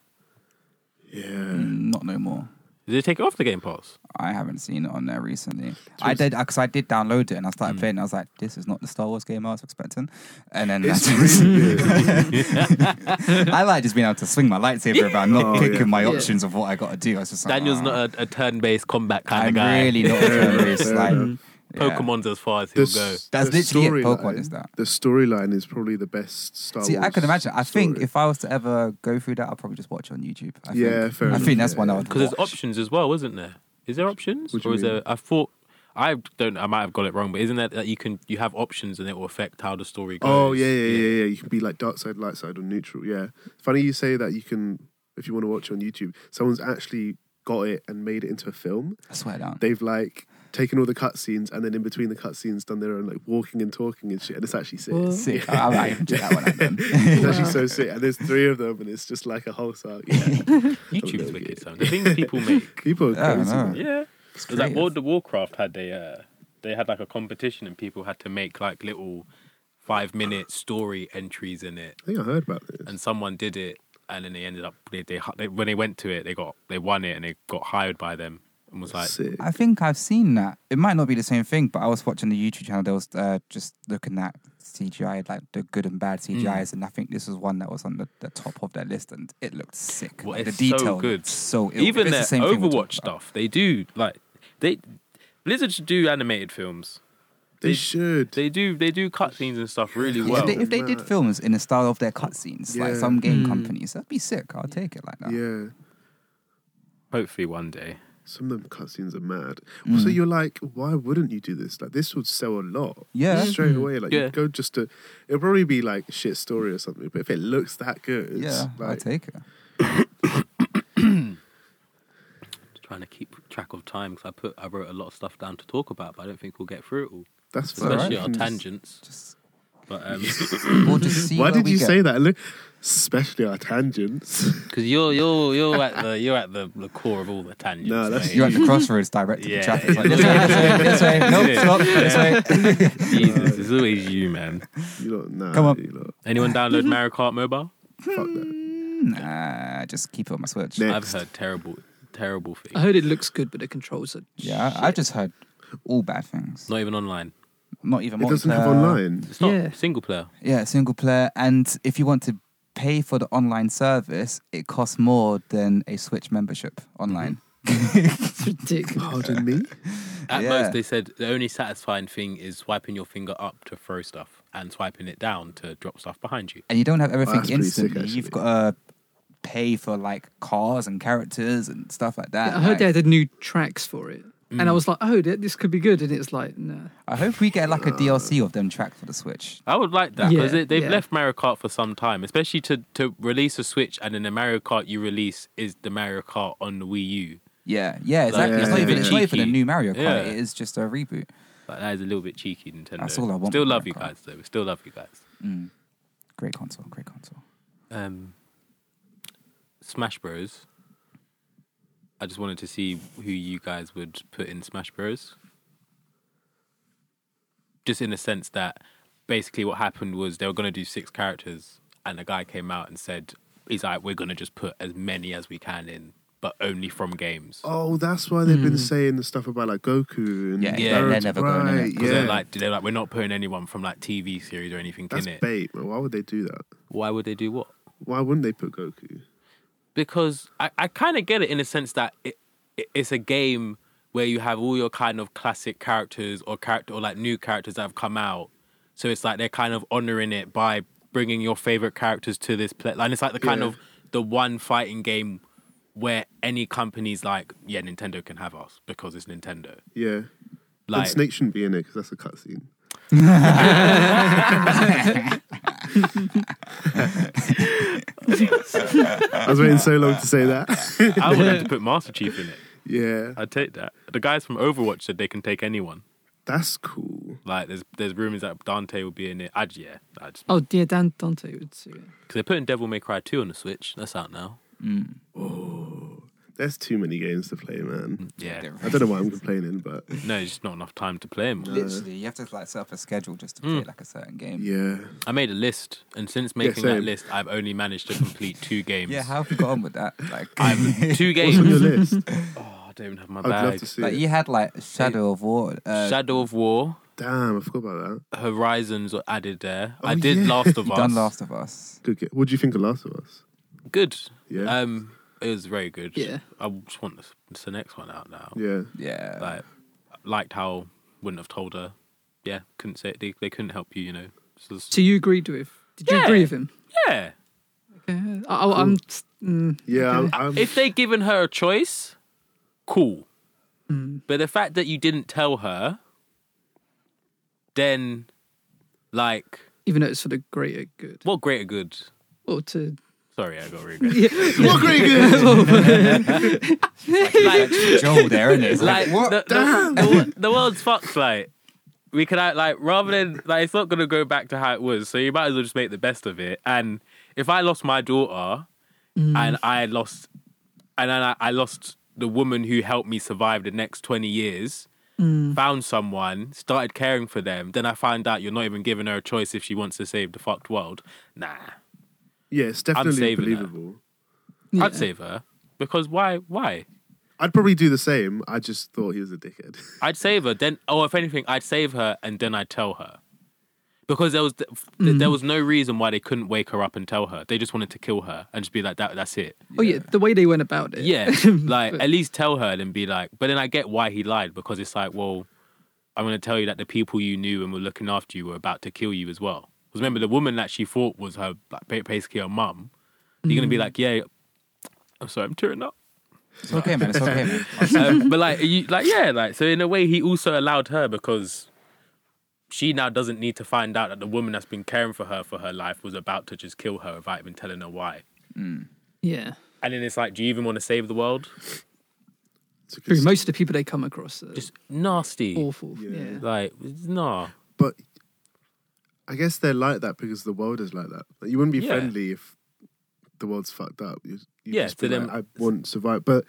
[SPEAKER 1] Yeah.
[SPEAKER 3] Mm, Not no more.
[SPEAKER 2] Did they take it off the Game Pass?
[SPEAKER 3] I haven't seen it on there recently. I did because I did download it and I
[SPEAKER 2] Mm.
[SPEAKER 3] started playing. And I was like, "This is not the Star Wars game I was expecting." And then
[SPEAKER 1] It's
[SPEAKER 3] that's-
[SPEAKER 1] really good.
[SPEAKER 3] I like just being able to swing my lightsaber about, not
[SPEAKER 1] Oh,
[SPEAKER 3] picking
[SPEAKER 1] yeah.
[SPEAKER 3] my
[SPEAKER 4] Yeah.
[SPEAKER 3] options of what I got to do. I was just like,
[SPEAKER 2] Daniel's
[SPEAKER 3] "Ah,
[SPEAKER 2] not a, a turn-based combat kind
[SPEAKER 3] I'm
[SPEAKER 2] of guy.
[SPEAKER 3] really not a terrorist.
[SPEAKER 1] fair
[SPEAKER 3] like,
[SPEAKER 1] enough.
[SPEAKER 3] yeah.
[SPEAKER 2] Pokemon's as far as
[SPEAKER 1] The
[SPEAKER 2] he'll
[SPEAKER 1] s-
[SPEAKER 2] go.
[SPEAKER 3] That's
[SPEAKER 1] the
[SPEAKER 3] literally it,
[SPEAKER 1] storyline-
[SPEAKER 3] Pokemon is that.
[SPEAKER 1] The storyline is probably the best Star
[SPEAKER 3] See,
[SPEAKER 1] Wars.
[SPEAKER 3] I can imagine. I think
[SPEAKER 1] story.
[SPEAKER 3] if I was to ever go through that, I'd probably just watch it on YouTube. I
[SPEAKER 1] Yeah,
[SPEAKER 3] think.
[SPEAKER 1] fair
[SPEAKER 3] I
[SPEAKER 1] enough,
[SPEAKER 3] think that's
[SPEAKER 1] yeah,
[SPEAKER 3] one I
[SPEAKER 1] yeah.
[SPEAKER 3] would.
[SPEAKER 2] Because there's
[SPEAKER 3] watch.
[SPEAKER 2] options as well, isn't there? Is there options,
[SPEAKER 1] What do
[SPEAKER 2] or
[SPEAKER 1] you
[SPEAKER 2] is
[SPEAKER 1] mean?
[SPEAKER 2] there? I thought I don't. know, I might have got it wrong, but isn't that that you can you have options and it will affect how the story goes?
[SPEAKER 1] Oh yeah, yeah, yeah, yeah. You can be like dark side, light side, or neutral. Yeah. Funny you say that. You can, if you want to watch on YouTube, someone's actually got it and made it into a film.
[SPEAKER 3] I swear down.
[SPEAKER 1] They've like taken all the cutscenes and then in between the cutscenes done their own like walking and talking and shit. And it's actually sick.
[SPEAKER 4] What?
[SPEAKER 3] Sick. I, I might even check that one out. Then.
[SPEAKER 1] it's actually so sick. And there's three of them, and it's just like a whole saga. Yeah.
[SPEAKER 2] YouTube's wicked. Son. The things people make.
[SPEAKER 1] People
[SPEAKER 3] I
[SPEAKER 1] are crazy.
[SPEAKER 3] know.
[SPEAKER 1] man.
[SPEAKER 2] Yeah,
[SPEAKER 3] It's
[SPEAKER 2] it was like
[SPEAKER 3] creative.
[SPEAKER 2] World of Warcraft had a uh, they had like a competition and people had to make like little five minute story entries in it,
[SPEAKER 1] I think I heard about this.
[SPEAKER 2] and someone did it, and then they ended up they, they, they when they went to it they got they won it and they got hired by them and was like
[SPEAKER 1] sick.
[SPEAKER 3] I think I've seen that. It might not be the same thing, but I was watching the YouTube channel. They was uh, just looking at CGI, like the good and bad CGIs,
[SPEAKER 1] Mm.
[SPEAKER 3] and I think this was one that was on the, the top of their list, and it looked sick.
[SPEAKER 2] Well,
[SPEAKER 3] Like,
[SPEAKER 2] it's
[SPEAKER 3] the detail
[SPEAKER 2] so
[SPEAKER 3] looked
[SPEAKER 2] good.
[SPEAKER 3] so ill.
[SPEAKER 2] even
[SPEAKER 3] If it's
[SPEAKER 2] their
[SPEAKER 3] the same thing we're talking
[SPEAKER 2] Overwatch
[SPEAKER 3] about.
[SPEAKER 2] stuff, they do like they Blizzard should do animated films.
[SPEAKER 1] They, should.
[SPEAKER 2] They do they do cutscenes and stuff really
[SPEAKER 1] Yeah,
[SPEAKER 2] well.
[SPEAKER 3] if, they, if they did films in the style of their cutscenes, like
[SPEAKER 1] Yeah.
[SPEAKER 3] some
[SPEAKER 2] Hmm.
[SPEAKER 3] game companies, that'd be sick. I'll take it like that.
[SPEAKER 1] yeah.
[SPEAKER 2] Hopefully one day.
[SPEAKER 1] Some of them cutscenes are mad. So
[SPEAKER 3] Mm.
[SPEAKER 1] you're like, why wouldn't you do this? Like, this would sell a lot.
[SPEAKER 3] Yeah. Mm.
[SPEAKER 1] Straight away. Like,
[SPEAKER 2] Yeah.
[SPEAKER 1] you go just to, it'll probably be like a shit story or something. But if it looks that good,
[SPEAKER 3] Yeah, I'll
[SPEAKER 1] like,
[SPEAKER 3] take it.
[SPEAKER 2] Just trying to keep track of time because I put I wrote a lot of stuff down to talk about, but I don't think we'll get through it all.
[SPEAKER 1] that's fine.
[SPEAKER 2] Especially
[SPEAKER 1] You
[SPEAKER 2] our
[SPEAKER 1] can just-
[SPEAKER 2] tangents.
[SPEAKER 3] Just,
[SPEAKER 2] But um
[SPEAKER 3] we'll just see
[SPEAKER 1] Why
[SPEAKER 3] where
[SPEAKER 1] did
[SPEAKER 3] we
[SPEAKER 1] you
[SPEAKER 3] get.
[SPEAKER 1] say that? Look, especially our tangents.
[SPEAKER 2] because you're you're you're at the you're at the, the core of all the tangents.
[SPEAKER 1] No, that's-
[SPEAKER 2] mate.
[SPEAKER 3] You're at the crossroads directing
[SPEAKER 2] Yeah.
[SPEAKER 3] the traffic. It's Like, this way, this way, this way. Nope,
[SPEAKER 2] Yeah.
[SPEAKER 3] stop, this way.
[SPEAKER 2] Jesus, it's always you, man.
[SPEAKER 1] you lot, nah.
[SPEAKER 3] Come on.
[SPEAKER 1] You lot,
[SPEAKER 2] Anyone
[SPEAKER 1] Mm-hmm.
[SPEAKER 2] download Mario Kart Mobile?
[SPEAKER 1] fuck that.
[SPEAKER 3] Nah, just keep it on my Switch.
[SPEAKER 1] Next.
[SPEAKER 2] I've heard terrible terrible
[SPEAKER 4] I
[SPEAKER 2] things.
[SPEAKER 4] heard it looks good, but the controls are.
[SPEAKER 3] Yeah, I- I've just heard all bad things.
[SPEAKER 2] Not even online.
[SPEAKER 3] Not even
[SPEAKER 1] It doesn't have
[SPEAKER 3] multiplayer.
[SPEAKER 1] online.
[SPEAKER 2] It's not
[SPEAKER 4] Yeah.
[SPEAKER 2] single player.
[SPEAKER 3] Yeah, single player. And if you want to pay for the online service, it costs more than a Switch membership online.
[SPEAKER 1] Mm-hmm.
[SPEAKER 4] It's ridiculous.
[SPEAKER 1] Pardon me?
[SPEAKER 2] At
[SPEAKER 3] Yeah.
[SPEAKER 2] most, they said the only satisfying thing is swiping your finger up to throw stuff and swiping it down to drop stuff behind you.
[SPEAKER 3] And you don't have everything
[SPEAKER 1] that's pretty sick,
[SPEAKER 3] instantly. You've
[SPEAKER 1] actually.
[SPEAKER 3] got to pay for like cars and characters and stuff like that.
[SPEAKER 4] I heard they
[SPEAKER 3] like,
[SPEAKER 4] had new tracks for it, and
[SPEAKER 2] Mm.
[SPEAKER 4] I was like, "Oh, th- this could be good." And it's like, "No,
[SPEAKER 3] I hope we get like a DLC of them track for the Switch.
[SPEAKER 2] I would like that because
[SPEAKER 4] Yeah,
[SPEAKER 2] they, they've
[SPEAKER 4] yeah.
[SPEAKER 2] left Mario Kart for some time, especially to, to release a Switch and then the Mario Kart you release is the Mario Kart on the Wii U.
[SPEAKER 3] Yeah, yeah, exactly. it's,
[SPEAKER 1] it's
[SPEAKER 3] not
[SPEAKER 1] a
[SPEAKER 3] even,
[SPEAKER 1] bit
[SPEAKER 3] it's not even a
[SPEAKER 2] cheeky.
[SPEAKER 3] new Mario Kart.
[SPEAKER 2] Yeah.
[SPEAKER 3] It is just a reboot.
[SPEAKER 2] But that is a little bit cheeky, Nintendo.
[SPEAKER 3] That's all I want
[SPEAKER 2] Still
[SPEAKER 3] with
[SPEAKER 2] love
[SPEAKER 3] Mario
[SPEAKER 2] you
[SPEAKER 3] Kart.
[SPEAKER 2] guys, though. We Still love you guys.
[SPEAKER 3] Mm. Great console, great console.
[SPEAKER 2] Um, Smash Bros. I just wanted to see who you guys would put in Smash Bros. Just in the sense that basically what happened was they were going to do six characters, and a guy came out and said, He's like, we're going to just put as many as we can in, but only from games.
[SPEAKER 1] Oh, that's why they've been saying the stuff about like Goku and
[SPEAKER 3] Yeah,
[SPEAKER 2] yeah, they're
[SPEAKER 1] Barret's
[SPEAKER 3] never going in
[SPEAKER 1] right.
[SPEAKER 3] it.
[SPEAKER 2] 'Cause
[SPEAKER 1] Yeah,
[SPEAKER 2] they're like, they're like, we're not putting anyone from like TV series or anything
[SPEAKER 1] that's
[SPEAKER 2] in it.
[SPEAKER 1] bait. Man. Why would they do that?
[SPEAKER 2] Why would they do what?
[SPEAKER 1] Why wouldn't they put Goku?
[SPEAKER 2] because I, I kind of get it in the sense that it, it, it's a game where you have all your kind of classic characters or character or like new characters that have come out. So it's like they're kind of honoring it by bringing your favorite characters to this play. And it's like the kind
[SPEAKER 1] Yeah.
[SPEAKER 2] of the one fighting game where any company's like, yeah, Nintendo can have us because it's Nintendo.
[SPEAKER 1] Yeah.
[SPEAKER 2] Like,
[SPEAKER 1] and Snake shouldn't be in it because that's a cutscene. I was waiting so long to say that.
[SPEAKER 2] I would have to put Master Chief in it.
[SPEAKER 1] yeah,
[SPEAKER 2] I'd take that. The guys from Overwatch said they can take anyone.
[SPEAKER 1] that's cool.
[SPEAKER 2] Like, there's there's rumors that Dante will be in it. I'd, yeah, I'd
[SPEAKER 4] Oh, dear Dan Dante would see it.
[SPEAKER 2] Because they're putting Devil May Cry 2 on the Switch. That's out now.
[SPEAKER 1] There's too many games to play, man.
[SPEAKER 2] Yeah.
[SPEAKER 1] I don't know why I'm complaining, but
[SPEAKER 2] No, it's just not enough time to play them. all.
[SPEAKER 3] Literally, you have to like set up a schedule just to play like a certain game.
[SPEAKER 1] yeah,
[SPEAKER 2] I made a list, and since making that
[SPEAKER 1] same.
[SPEAKER 2] list, I've only managed to complete two games.
[SPEAKER 3] Yeah, how have you got on with that? Like,
[SPEAKER 2] I've two
[SPEAKER 1] what's on your
[SPEAKER 2] games.
[SPEAKER 1] list?
[SPEAKER 2] Oh, I don't even have my
[SPEAKER 1] I'd love
[SPEAKER 2] bag.
[SPEAKER 1] to see.
[SPEAKER 3] like
[SPEAKER 1] it.
[SPEAKER 3] you had like Shadow of War. Uh,
[SPEAKER 2] Shadow of War,
[SPEAKER 1] Damn, I forgot about that.
[SPEAKER 2] Horizons were added there.
[SPEAKER 1] Oh,
[SPEAKER 2] I did
[SPEAKER 1] yeah.
[SPEAKER 2] Last of
[SPEAKER 3] you
[SPEAKER 2] Us.
[SPEAKER 3] done Last of Us.
[SPEAKER 1] Good game. What do you think of Last of Us?
[SPEAKER 2] Good.
[SPEAKER 1] Yeah.
[SPEAKER 2] Um, it was very good.
[SPEAKER 4] Yeah.
[SPEAKER 2] I just want this, it's the next one out now.
[SPEAKER 1] Yeah,
[SPEAKER 3] Yeah,
[SPEAKER 2] Like, liked how wouldn't have told her. Yeah, couldn't say it. They, they couldn't help you, you know. So it's-
[SPEAKER 4] So you agreed with? Did you
[SPEAKER 2] Yeah.
[SPEAKER 4] agree with him?
[SPEAKER 2] yeah.
[SPEAKER 4] Okay. I, I, I'm. s- Mm,
[SPEAKER 1] yeah. I'm,
[SPEAKER 4] Okay.
[SPEAKER 1] I'm,
[SPEAKER 2] if they'd given her a choice, cool. But the fact that you didn't tell her, then, like,
[SPEAKER 4] even though it's for the greater good.
[SPEAKER 2] what greater good?
[SPEAKER 4] Or to.
[SPEAKER 2] Sorry, I got really good.
[SPEAKER 1] what great game?
[SPEAKER 2] like,
[SPEAKER 3] Joel there, isn't it? It's
[SPEAKER 2] like
[SPEAKER 3] like, what?
[SPEAKER 2] The, the, the, wo- the world's fucked. Like, we could act like rather than like it's not gonna go back to how it was. So you might as well just make the best of it. And if I lost my daughter,
[SPEAKER 3] Mm.
[SPEAKER 2] and I lost, and then I, I lost the woman who helped me survive the next twenty years.
[SPEAKER 3] Mm.
[SPEAKER 2] Found someone, started caring for them. Then I find out you're not even giving her a choice if she wants to save the fucked world. Nah,
[SPEAKER 1] yeah, it's
[SPEAKER 2] I'm
[SPEAKER 1] definitely
[SPEAKER 2] saving that.
[SPEAKER 1] believable.
[SPEAKER 4] Yeah.
[SPEAKER 2] I'd save her because why? Why?
[SPEAKER 1] I'd probably do the same. I just thought he was a dickhead.
[SPEAKER 2] I'd save her. Then, or if anything, I'd save her and then I'd tell her because there was th- there was no reason why they couldn't wake her up and tell her. They just wanted to kill her and just be like that. That's it.
[SPEAKER 4] Oh yeah, the way they went about it.
[SPEAKER 2] Yeah, like at least tell her and be like. But then I get why he lied because it's like, well, I'm going to tell you that the people you knew and were looking after you were about to kill you as well. Because remember, the woman that she thought was her like, ba- basically her mum. You're going to be like, yeah. I'm sorry, I'm tearing up.
[SPEAKER 3] it's okay, man. It's okay, man.
[SPEAKER 2] um, but like you like yeah like so in a way he also allowed her because she now doesn't need to find out that the woman that's been caring for her for her life was about to just kill her without even telling her why
[SPEAKER 4] Yeah.
[SPEAKER 2] and then it's like do you even want to save the world
[SPEAKER 1] It's a good
[SPEAKER 4] True.
[SPEAKER 1] story.
[SPEAKER 4] Most of the people they come across are
[SPEAKER 2] just nasty
[SPEAKER 4] awful. Yeah.
[SPEAKER 2] like nah
[SPEAKER 1] but I guess they're like that because the world is like that. Like, you wouldn't be
[SPEAKER 2] Yeah.
[SPEAKER 1] friendly if the world's fucked up. You, you
[SPEAKER 2] Yeah,
[SPEAKER 1] just be
[SPEAKER 2] to
[SPEAKER 1] like,
[SPEAKER 2] them-
[SPEAKER 1] I won't survive. But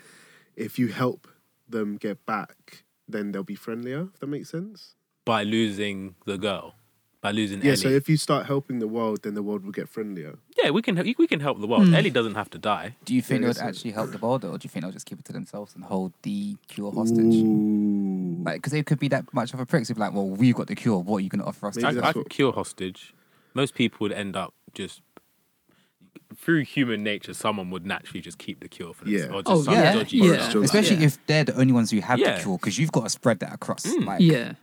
[SPEAKER 1] if you help them get back, then they'll be friendlier. If that makes sense.
[SPEAKER 2] by losing the girl by losing
[SPEAKER 1] Yeah.
[SPEAKER 2] Ellie
[SPEAKER 1] So if you start helping the world, then the world will get friendlier.
[SPEAKER 2] yeah we can we can help the world
[SPEAKER 4] Hmm.
[SPEAKER 2] Ellie doesn't have to die
[SPEAKER 3] Do you think
[SPEAKER 1] Yeah,
[SPEAKER 3] they would
[SPEAKER 1] that's it.
[SPEAKER 3] actually help the world, or do you think they'll just keep it to themselves and hold the cure hostage?
[SPEAKER 1] Ooh.
[SPEAKER 3] Like, because they could be that much of a prick. So they'd be like, well, we've got the cure. What are you going to offer us?
[SPEAKER 1] Maybe
[SPEAKER 2] I,
[SPEAKER 3] to
[SPEAKER 1] that's
[SPEAKER 2] I
[SPEAKER 1] what-
[SPEAKER 2] could cure hostage most people would end up just through human nature, someone would naturally just keep the cure for this,
[SPEAKER 1] Yeah.
[SPEAKER 2] or just
[SPEAKER 4] Oh,
[SPEAKER 2] some
[SPEAKER 3] yeah,
[SPEAKER 2] dodgy
[SPEAKER 4] yeah.
[SPEAKER 2] crap.
[SPEAKER 1] Sure.
[SPEAKER 3] Especially
[SPEAKER 4] Yeah.
[SPEAKER 3] if they're the only ones who have
[SPEAKER 2] Yeah. Mm.
[SPEAKER 3] the cure, because you've got to spread that across. Like,
[SPEAKER 4] Yeah.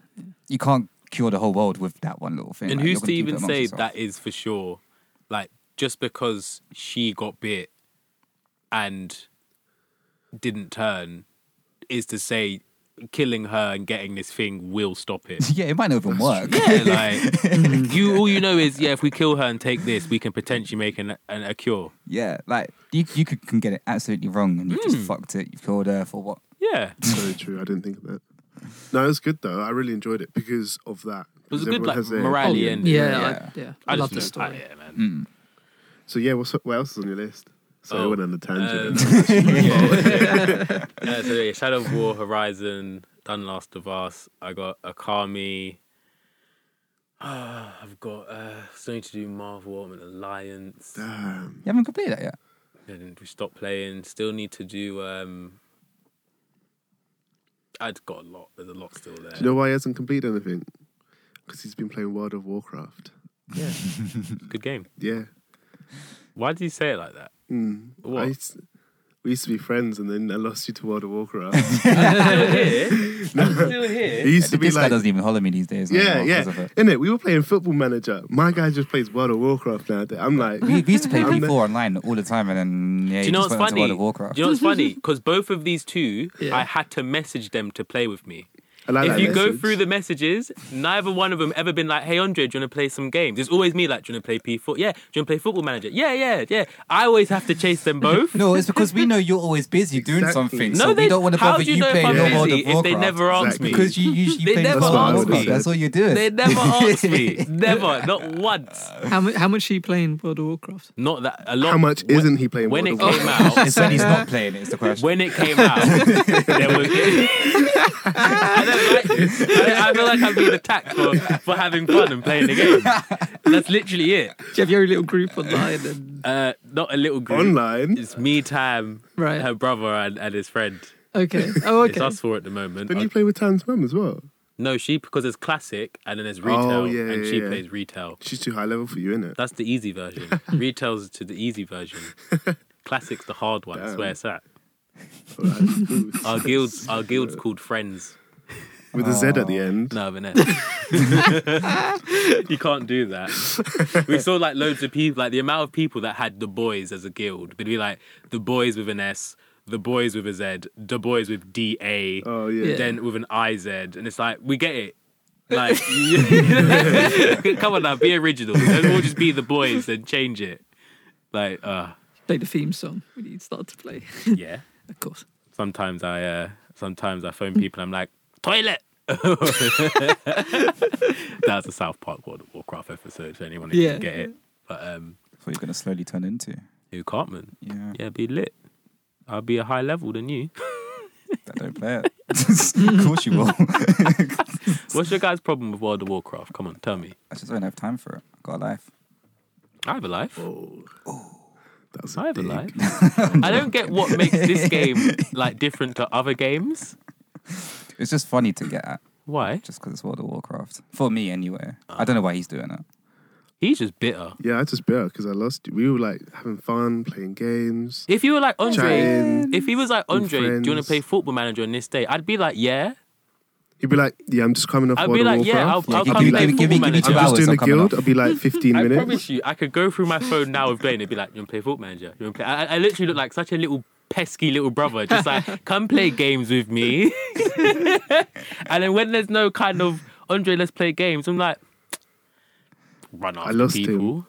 [SPEAKER 3] you can't cure the whole world with that one little thing.
[SPEAKER 2] And
[SPEAKER 3] like, you're
[SPEAKER 2] who's to
[SPEAKER 3] gonna keep it
[SPEAKER 2] even
[SPEAKER 3] amongst
[SPEAKER 2] say
[SPEAKER 3] yourself.
[SPEAKER 2] that is for sure? Like, just because she got bit and didn't turn is to say killing her and getting this thing will stop it.
[SPEAKER 3] yeah, it might not even work.
[SPEAKER 2] Yeah, like you. All you know is yeah. If we kill her and take this, we can potentially make an, an, a cure.
[SPEAKER 3] Yeah, like you, you could can get it absolutely wrong, and you have
[SPEAKER 2] Mm.
[SPEAKER 3] just fucked it. You killed her for what?
[SPEAKER 2] Yeah, it
[SPEAKER 1] Very true. I didn't think of that. No, it was good though. I really enjoyed it because of that. It
[SPEAKER 2] was a good like morality
[SPEAKER 4] Oh, yeah.
[SPEAKER 2] ending.
[SPEAKER 4] Yeah. I,
[SPEAKER 3] Yeah.
[SPEAKER 4] yeah. I,
[SPEAKER 2] I,
[SPEAKER 4] love
[SPEAKER 2] just
[SPEAKER 4] the
[SPEAKER 2] love
[SPEAKER 4] story.
[SPEAKER 2] yeah, man.
[SPEAKER 1] So yeah, what's, what else is on your list? So I
[SPEAKER 2] Oh,
[SPEAKER 1] went on a tangent.
[SPEAKER 2] Um, yeah, so yeah, Shadow of War, Horizon, done Last of Us. I got Akami. Ah, I've got uh, still need to do Marvel Ultimate Alliance.
[SPEAKER 1] Damn.
[SPEAKER 3] You haven't completed that yet.
[SPEAKER 2] Then we stopped playing. Still need to do. um I've got a lot. There's a lot still there.
[SPEAKER 1] Do you know why he hasn't completed anything? Because he's been playing World of Warcraft.
[SPEAKER 2] yeah, good game.
[SPEAKER 1] Yeah.
[SPEAKER 2] Why did you say it like that?
[SPEAKER 1] Mm.
[SPEAKER 2] What?
[SPEAKER 1] I, s- We used to be friends, and then I lost you to World of Warcraft.
[SPEAKER 2] still here. I'm still
[SPEAKER 1] it
[SPEAKER 2] here.
[SPEAKER 1] used to be
[SPEAKER 3] this guy
[SPEAKER 1] like,
[SPEAKER 3] doesn't even holler me these days. like,
[SPEAKER 1] yeah,
[SPEAKER 3] well,
[SPEAKER 1] yeah.
[SPEAKER 3] because of it.
[SPEAKER 1] In it, we were playing Football Manager. My guy just plays World of Warcraft now. I'm like,
[SPEAKER 3] We, we used to play
[SPEAKER 1] I'm
[SPEAKER 3] V4 online all the time, and then yeah,
[SPEAKER 2] Do you know
[SPEAKER 3] just
[SPEAKER 2] what's
[SPEAKER 3] went on
[SPEAKER 2] funny?
[SPEAKER 3] to World
[SPEAKER 2] Do
[SPEAKER 3] of Warcraft.
[SPEAKER 2] you know what's funny? Because both of these two,
[SPEAKER 4] Yeah.
[SPEAKER 2] I had to message them to play with me.
[SPEAKER 1] I like
[SPEAKER 2] if
[SPEAKER 1] that
[SPEAKER 2] you go
[SPEAKER 1] message.
[SPEAKER 2] through the messages, neither one of them ever been like, "Hey, Andre, do you want to play some games?" It's always me like, "Do you want to play P4? Yeah, do you want to play Football Manager? Yeah, yeah, yeah." I always have to chase them both.
[SPEAKER 3] no, it's because we know you're always busy doing
[SPEAKER 1] Exactly.
[SPEAKER 3] something,
[SPEAKER 2] No,
[SPEAKER 3] so
[SPEAKER 2] they
[SPEAKER 3] we don't want to
[SPEAKER 2] how
[SPEAKER 3] bother
[SPEAKER 2] do you,
[SPEAKER 3] you
[SPEAKER 2] know
[SPEAKER 3] playing
[SPEAKER 2] if
[SPEAKER 3] no
[SPEAKER 2] I'm
[SPEAKER 3] World
[SPEAKER 2] busy
[SPEAKER 3] of
[SPEAKER 2] if
[SPEAKER 3] Warcraft.
[SPEAKER 2] they never ask
[SPEAKER 1] Exactly.
[SPEAKER 2] me?
[SPEAKER 3] because you usually
[SPEAKER 2] They
[SPEAKER 3] play
[SPEAKER 2] never
[SPEAKER 3] World
[SPEAKER 1] ask
[SPEAKER 3] of Warcraft.
[SPEAKER 1] me.
[SPEAKER 3] That's all you do.
[SPEAKER 2] They never ask me. Never, not once.
[SPEAKER 4] How, mu- how much are you playing World of Warcraft?
[SPEAKER 2] Not that a lot.
[SPEAKER 1] how much
[SPEAKER 2] when-
[SPEAKER 1] isn't he playing
[SPEAKER 2] when
[SPEAKER 1] World
[SPEAKER 2] it
[SPEAKER 1] of
[SPEAKER 2] came
[SPEAKER 1] Warcraft?
[SPEAKER 2] out?
[SPEAKER 3] It's when he's not playing it, is the question.
[SPEAKER 2] When it came out, there was. I, don't like this. I, I feel like I'm being attacked for, for having fun and playing the game. That's literally it.
[SPEAKER 4] Do you have your own little group online? And...
[SPEAKER 2] Uh, not a little group.
[SPEAKER 1] Online?
[SPEAKER 2] It's me, Tam,
[SPEAKER 4] Right.
[SPEAKER 2] her brother, and, and his friend.
[SPEAKER 4] Okay. Oh,
[SPEAKER 2] It's
[SPEAKER 4] okay.
[SPEAKER 2] us four at the moment.
[SPEAKER 1] Then
[SPEAKER 2] Uh,
[SPEAKER 1] you play with Tan's mum as well.
[SPEAKER 2] no, she because it's classic, and then there's retail,
[SPEAKER 1] Oh, yeah,
[SPEAKER 2] and
[SPEAKER 1] yeah,
[SPEAKER 2] she
[SPEAKER 1] yeah.
[SPEAKER 2] plays retail.
[SPEAKER 1] She's too high level for you, innit?
[SPEAKER 2] That's the easy version. Retail's to the easy version. Classic's the hard one. That's where it's at.
[SPEAKER 1] Alright, cool.
[SPEAKER 2] Our guilds, our guilds called friends.
[SPEAKER 1] With a Z at
[SPEAKER 2] Oh,
[SPEAKER 1] the end.
[SPEAKER 2] No, but no. you can't do that. We saw like loads of people, like the amount of people that had the boys as a guild. It'd be like the boys with an S, the boys with a Z, the boys with D A,
[SPEAKER 1] Oh, yeah.
[SPEAKER 4] Yeah.
[SPEAKER 2] then with an I Z, and it's like we get it. Like, come on now, be original. Don't all just be the boys and change it. Like, uh,
[SPEAKER 4] Play the theme song when you start to play.
[SPEAKER 2] yeah.
[SPEAKER 4] of course.
[SPEAKER 2] Sometimes I, uh, sometimes I phone people. I'm like, toilet. That's a South Park World of Warcraft episode. For anyone who
[SPEAKER 4] Yeah.
[SPEAKER 2] can get it, but um,
[SPEAKER 3] That's what you're going to slowly turn into.
[SPEAKER 2] who can't man?
[SPEAKER 3] Yeah,
[SPEAKER 2] Yeah, be lit. I'll be a high level than you.
[SPEAKER 3] I don't play it. of course you will. I
[SPEAKER 2] What's your guys' problem with World of Warcraft? Come on, tell me.
[SPEAKER 3] just don't have time for it. I've got a life.
[SPEAKER 2] I have a life.
[SPEAKER 1] Oh. That's
[SPEAKER 2] I have a
[SPEAKER 1] dig.
[SPEAKER 2] life. I don't get what makes this game like different to other games.
[SPEAKER 3] It's just funny to get at,
[SPEAKER 2] Why?
[SPEAKER 3] just because it's World of Warcraft. For me, anyway. I don't know why he's doing it.
[SPEAKER 2] He's just bitter.
[SPEAKER 1] Yeah, I just bitter because I lost you. We were like having fun, playing games.
[SPEAKER 2] If you were like Andre,
[SPEAKER 1] Chatting.
[SPEAKER 2] if he was like
[SPEAKER 1] With
[SPEAKER 2] Andre, do you want
[SPEAKER 1] friends.
[SPEAKER 2] to play Football Manager on this day? I'd be like, yeah.
[SPEAKER 1] He'd be like, "Yeah, I'm just coming off
[SPEAKER 2] I'd
[SPEAKER 1] World
[SPEAKER 2] be
[SPEAKER 1] of
[SPEAKER 2] like,
[SPEAKER 1] Warcraft.
[SPEAKER 2] yeah, I'll, I'll
[SPEAKER 3] give
[SPEAKER 2] come
[SPEAKER 1] me-
[SPEAKER 2] play
[SPEAKER 1] give me-
[SPEAKER 3] give
[SPEAKER 2] Football
[SPEAKER 3] me- give me
[SPEAKER 2] Manager.
[SPEAKER 3] two
[SPEAKER 1] I'm
[SPEAKER 3] hours,
[SPEAKER 1] just doing
[SPEAKER 3] I'm
[SPEAKER 1] a
[SPEAKER 3] coming
[SPEAKER 1] guild.
[SPEAKER 3] off.
[SPEAKER 1] I'll be like 15
[SPEAKER 2] I
[SPEAKER 1] minutes.
[SPEAKER 2] promise you, I could go through my phone now with Blaine and be like, "You want to play Football Manager? You want to play?" I, I literally look like such a little pesky little brother, just like, "Come play games with me." and then when there's no kind of Andre, let's play games. I'm like, run after
[SPEAKER 1] lost him.
[SPEAKER 2] people.